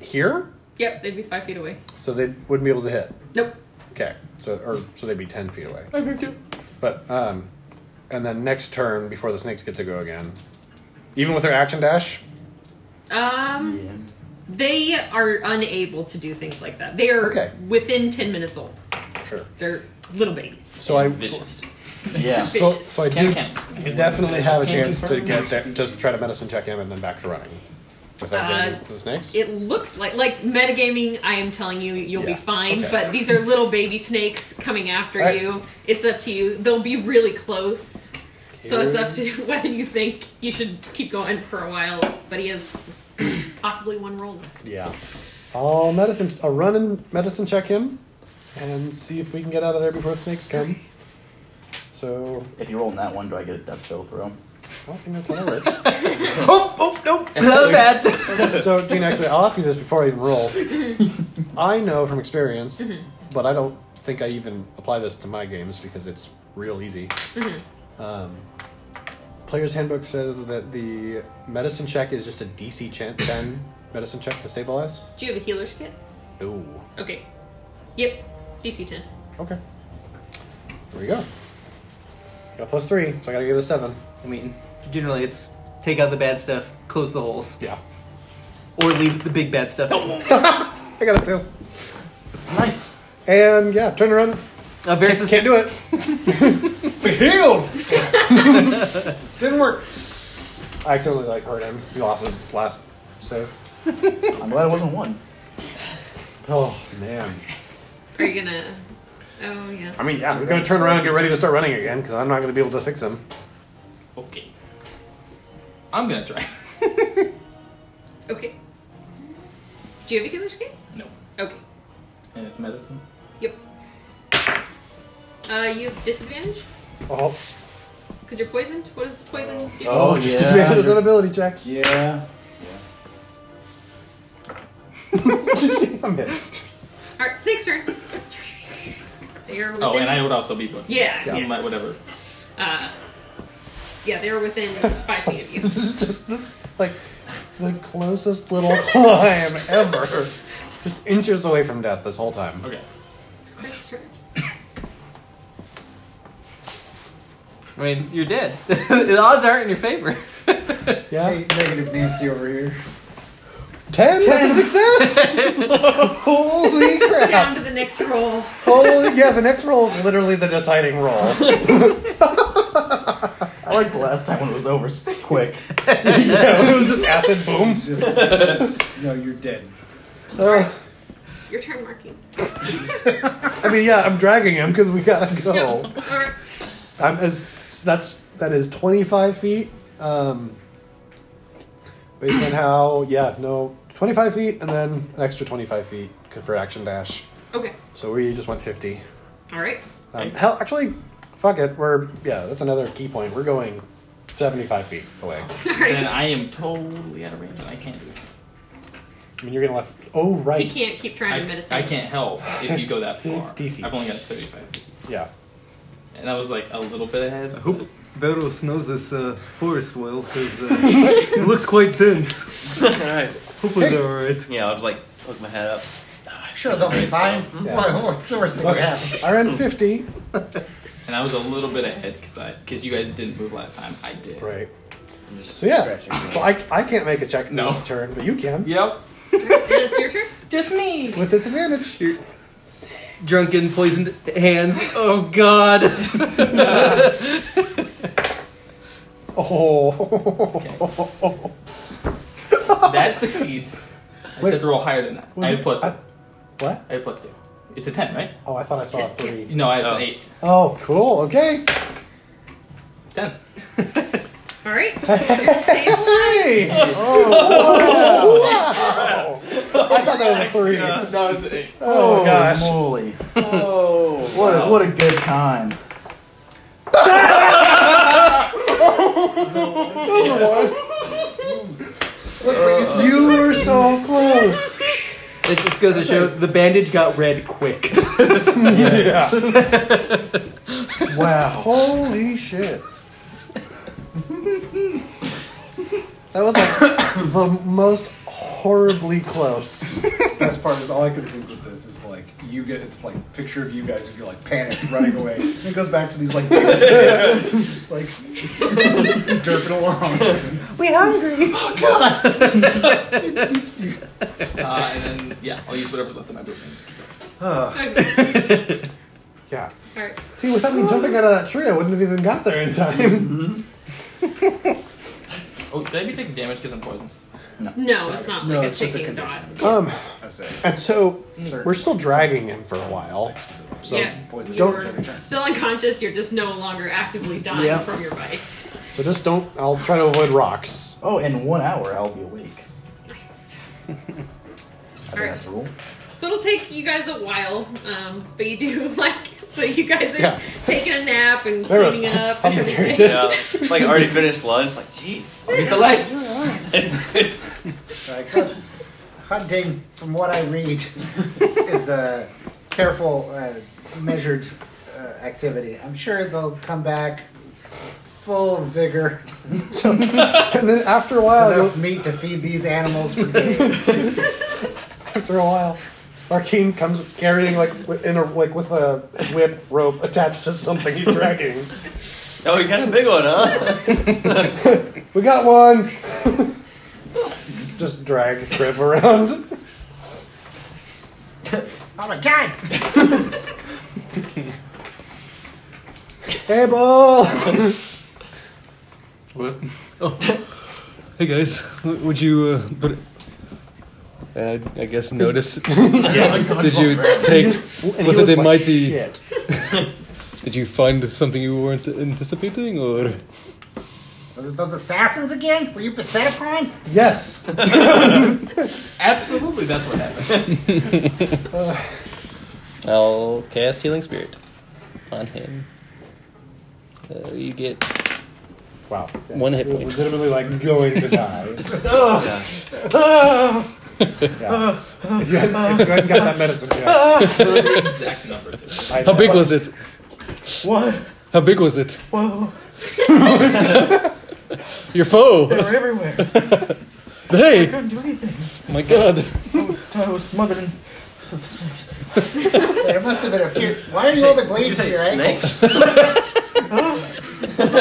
[SPEAKER 5] here,
[SPEAKER 6] Yep, they'd be 5 feet away.
[SPEAKER 5] so they wouldn't be able to hit.
[SPEAKER 6] Nope.
[SPEAKER 5] Okay. So or so they'd be ten feet away. But um, and then next turn before the snakes get to go again, even with their action dash.
[SPEAKER 6] Um, They are unable to do things like that. They are
[SPEAKER 5] Okay.
[SPEAKER 6] within 10 minutes old.
[SPEAKER 5] Sure.
[SPEAKER 6] They're little babies.
[SPEAKER 5] So I so,
[SPEAKER 4] Vicious.
[SPEAKER 2] Yeah.
[SPEAKER 5] so, so I
[SPEAKER 8] Can
[SPEAKER 5] do
[SPEAKER 8] can.
[SPEAKER 5] definitely have a chance to get there, just try to medicine check him and then back to running without
[SPEAKER 6] Uh,
[SPEAKER 5] getting to the snakes.
[SPEAKER 6] It looks like like metagaming. I am telling you, you'll
[SPEAKER 5] Yeah,
[SPEAKER 6] be fine.
[SPEAKER 5] okay.
[SPEAKER 6] But these are little baby snakes coming after
[SPEAKER 5] All right.
[SPEAKER 6] you. It's up to you. They'll be really close. So it's up to you whether you think you should keep going for a while. But he has possibly one roll left.
[SPEAKER 5] Yeah. I'll medicine. I'll run and medicine check him, and see if we can get out of there before the snakes come. So
[SPEAKER 2] If you roll in that one, do I get a death kill throw?
[SPEAKER 5] I don't think that's how that works.
[SPEAKER 7] Oh, oh, nope. Not bad.
[SPEAKER 5] so Gene, actually, I'll ask you this before I even roll. I know from experience, but I don't think I even apply this to my games because it's real easy. Um, Player's Handbook says that the medicine check is just a DC chan- 10 medicine check to stabilize.
[SPEAKER 6] Do you have a healer's kit?
[SPEAKER 5] No.
[SPEAKER 6] Okay. Yep. DC ten.
[SPEAKER 5] Okay. There we go. Got a plus three, so I gotta give it a seven.
[SPEAKER 7] I mean, generally it's take out the bad stuff, close the holes,
[SPEAKER 5] Yeah.
[SPEAKER 7] or leave the big bad stuff. in.
[SPEAKER 5] I got it too.
[SPEAKER 2] Nice.
[SPEAKER 5] And yeah, turn around.
[SPEAKER 7] Uh, very sus-
[SPEAKER 5] Can't do it.
[SPEAKER 9] We healed. Didn't work.
[SPEAKER 5] I accidentally like hurt him. He lost his last save.
[SPEAKER 2] I'm glad it wasn't one.
[SPEAKER 5] Oh man.
[SPEAKER 6] Are you gonna? Oh yeah.
[SPEAKER 5] I mean, yeah, I'm gonna turn around and get ready to start running again because I'm not gonna be able to fix him.
[SPEAKER 4] Okay.
[SPEAKER 8] I'm gonna try.
[SPEAKER 6] Okay. Do you have a healer's kit?
[SPEAKER 8] no.
[SPEAKER 6] Okay.
[SPEAKER 8] And it's medicine.
[SPEAKER 6] Yep. Uh, you have disadvantage
[SPEAKER 5] Oh,
[SPEAKER 6] because you're poisoned. What does poison do?
[SPEAKER 2] Oh,
[SPEAKER 5] just
[SPEAKER 2] yeah.
[SPEAKER 5] advantage on ability checks.
[SPEAKER 2] Yeah.
[SPEAKER 5] I'm hit.
[SPEAKER 6] All right, Snake's turn. They are
[SPEAKER 8] Oh,
[SPEAKER 6] within-
[SPEAKER 8] and I would also be both.
[SPEAKER 6] Yeah.
[SPEAKER 5] Yeah.
[SPEAKER 6] yeah.
[SPEAKER 8] My- whatever.
[SPEAKER 6] Uh, Yeah, they're within five feet of you.
[SPEAKER 5] this is just this like the closest little climb ever. Just inches away from death this whole time.
[SPEAKER 8] Okay.
[SPEAKER 6] Christ's turn.
[SPEAKER 7] I mean, you're dead. the odds aren't in your favor.
[SPEAKER 5] Yeah.
[SPEAKER 9] Hey, negative Nancy over here.
[SPEAKER 5] Ten. That's a success. Holy
[SPEAKER 6] Down
[SPEAKER 5] crap!
[SPEAKER 6] to the next roll.
[SPEAKER 5] Holy Oh, yeah. The next roll is literally the deciding roll.
[SPEAKER 2] I like the last time when it was over s- quick.
[SPEAKER 5] yeah. It was just acid boom.
[SPEAKER 9] Just, just- no, you're dead.
[SPEAKER 5] Uh,
[SPEAKER 6] Your turn, marking.
[SPEAKER 5] I mean, yeah. I'm dragging him because we gotta go.
[SPEAKER 6] Or
[SPEAKER 5] I'm as that's that is 25 feet. Um, based on how, yeah, no, 25 feet, and then an extra 25 feet c- for action dash.
[SPEAKER 6] okay.
[SPEAKER 5] So we just went 50.
[SPEAKER 6] All right.
[SPEAKER 5] Um, hell, actually, fuck it. We're yeah, that's another key point. We're going 75 feet away.
[SPEAKER 6] All
[SPEAKER 8] Then
[SPEAKER 6] right.
[SPEAKER 8] I am totally out of range and I can't do it.
[SPEAKER 5] I mean, you're gonna left. Oh
[SPEAKER 6] You
[SPEAKER 5] right.
[SPEAKER 6] can't keep trying to
[SPEAKER 8] I,
[SPEAKER 6] meditate.
[SPEAKER 8] I can't help if you go that far.
[SPEAKER 5] 50 feet.
[SPEAKER 8] I've only got 35 feet.
[SPEAKER 5] Yeah.
[SPEAKER 8] And I was like a little bit ahead.
[SPEAKER 10] I hope Veros knows this uh, forest well, because uh, it looks quite dense.
[SPEAKER 4] Alright.
[SPEAKER 10] Hopefully they're alright.
[SPEAKER 4] Yeah, I'll just like hook my head up.
[SPEAKER 2] Ah,
[SPEAKER 4] Hmm?
[SPEAKER 2] Sure, they'll be fine.
[SPEAKER 5] Yeah.
[SPEAKER 2] My horse, the worst thing that happened.
[SPEAKER 5] I ran 50.
[SPEAKER 8] And I was a little bit ahead because I because you guys didn't move last time. I did.
[SPEAKER 5] Right. So yeah. So I, I can't make a check this
[SPEAKER 8] No.
[SPEAKER 5] turn, but you can
[SPEAKER 8] Yep.
[SPEAKER 6] And it's your turn.
[SPEAKER 5] with disadvantage.
[SPEAKER 7] Drunken, poisoned hands. Oh God.
[SPEAKER 5] Oh.
[SPEAKER 8] That succeeds. I
[SPEAKER 5] Wait.
[SPEAKER 8] said to roll higher than that. I have plus.
[SPEAKER 5] I- what?
[SPEAKER 8] I have plus two. It's a ten, right?
[SPEAKER 5] Oh, I thought I saw a three.
[SPEAKER 8] No, I have
[SPEAKER 4] Oh.
[SPEAKER 8] an eight.
[SPEAKER 5] Oh, cool. Okay.
[SPEAKER 8] Ten.
[SPEAKER 6] All right. Stable.
[SPEAKER 5] Hey! Oh, wow. I thought that was a three.
[SPEAKER 8] No, no, it's an eight.
[SPEAKER 5] Oh, my gosh.
[SPEAKER 2] Moly. Oh, what a, what a good time.
[SPEAKER 5] That was a one. you were so close.
[SPEAKER 7] It just goes to show the bandage got red quick.
[SPEAKER 5] Yeah.
[SPEAKER 2] Wow.
[SPEAKER 5] Holy shit. That was like the most horribly close.
[SPEAKER 9] Best part is all I could think with this is like you get it's like picture of you guys and you're like panicked running away. And it goes back to these like just like derping along.
[SPEAKER 8] Uh, and then yeah, I'll use whatever's left in my boot. and just keep going.
[SPEAKER 6] Okay.
[SPEAKER 5] Yeah.
[SPEAKER 6] All right.
[SPEAKER 5] See, without me jumping out of that tree, I wouldn't have even got there in time.
[SPEAKER 8] Oh, should I be taking damage because I'm poisoned?
[SPEAKER 6] No, it's not
[SPEAKER 9] No,
[SPEAKER 6] like
[SPEAKER 9] it's
[SPEAKER 6] a
[SPEAKER 9] just a
[SPEAKER 6] ticking dot.
[SPEAKER 9] condition.
[SPEAKER 5] Um,
[SPEAKER 9] I say
[SPEAKER 5] and so
[SPEAKER 9] Sir.
[SPEAKER 5] we're still dragging him for a while. So
[SPEAKER 6] yeah.
[SPEAKER 9] poison.
[SPEAKER 5] don't-
[SPEAKER 6] You're still unconscious. You're just no longer actively dying
[SPEAKER 2] Yeah.
[SPEAKER 6] from your bites.
[SPEAKER 5] So just don't. I'll try to avoid rocks.
[SPEAKER 2] Oh, in one hour I'll be awake.
[SPEAKER 6] Nice.
[SPEAKER 2] I think
[SPEAKER 6] Alright.
[SPEAKER 2] that's the rule.
[SPEAKER 6] So it'll take you guys a while, um, but you do like so you guys are
[SPEAKER 5] Yeah.
[SPEAKER 6] taking a nap and
[SPEAKER 5] There was-
[SPEAKER 6] cleaning up
[SPEAKER 5] I'm
[SPEAKER 6] and
[SPEAKER 5] gonna carry
[SPEAKER 6] everything.
[SPEAKER 5] this.
[SPEAKER 4] Yeah. Like already finished lunch. Like, jeez.
[SPEAKER 8] Get the lights.
[SPEAKER 11] Like, that's- hunting, from what I read, is a careful, uh, measured uh, activity. I'm sure they'll come back full of vigor,
[SPEAKER 5] So, and then after a while,
[SPEAKER 11] enough
[SPEAKER 5] you'll-
[SPEAKER 11] meat to feed these animals for days.
[SPEAKER 5] after a while, Arcane comes carrying like wi- in a like with a whip rope attached to something he's dragging.
[SPEAKER 4] Oh, you got a big one, huh?
[SPEAKER 5] we got one. Just drag Griff around.
[SPEAKER 11] oh my god!
[SPEAKER 5] Hey, ball.
[SPEAKER 10] What? Oh. Hey guys, w- would you, uh, but, uh, I guess notice, did you take,
[SPEAKER 5] And he
[SPEAKER 10] was it
[SPEAKER 5] looks
[SPEAKER 10] a
[SPEAKER 5] like
[SPEAKER 10] mighty,
[SPEAKER 5] Shit.
[SPEAKER 10] did you find something you weren't anticipating, or?
[SPEAKER 11] Was it those assassins again? Were you beset upon?
[SPEAKER 5] Yes.
[SPEAKER 8] Absolutely, that's what happened.
[SPEAKER 7] I'll cast Healing Spirit on him. Uh, you get
[SPEAKER 5] Wow. Yeah.
[SPEAKER 7] One hit
[SPEAKER 5] He was
[SPEAKER 7] point.
[SPEAKER 5] Legitimately, like going to die.
[SPEAKER 4] Yeah.
[SPEAKER 5] Yeah. If you hadn't, if you hadn't got that medicine yet,
[SPEAKER 8] exact number. Too.
[SPEAKER 5] I
[SPEAKER 10] How
[SPEAKER 5] know.
[SPEAKER 10] big was it? What? How big was it?
[SPEAKER 4] Your foe.
[SPEAKER 2] They were everywhere. I
[SPEAKER 4] hey,
[SPEAKER 2] couldn't do anything.
[SPEAKER 4] my God.
[SPEAKER 2] I was smothered in
[SPEAKER 3] There must have been a few. Why are you holding blades to your ankles?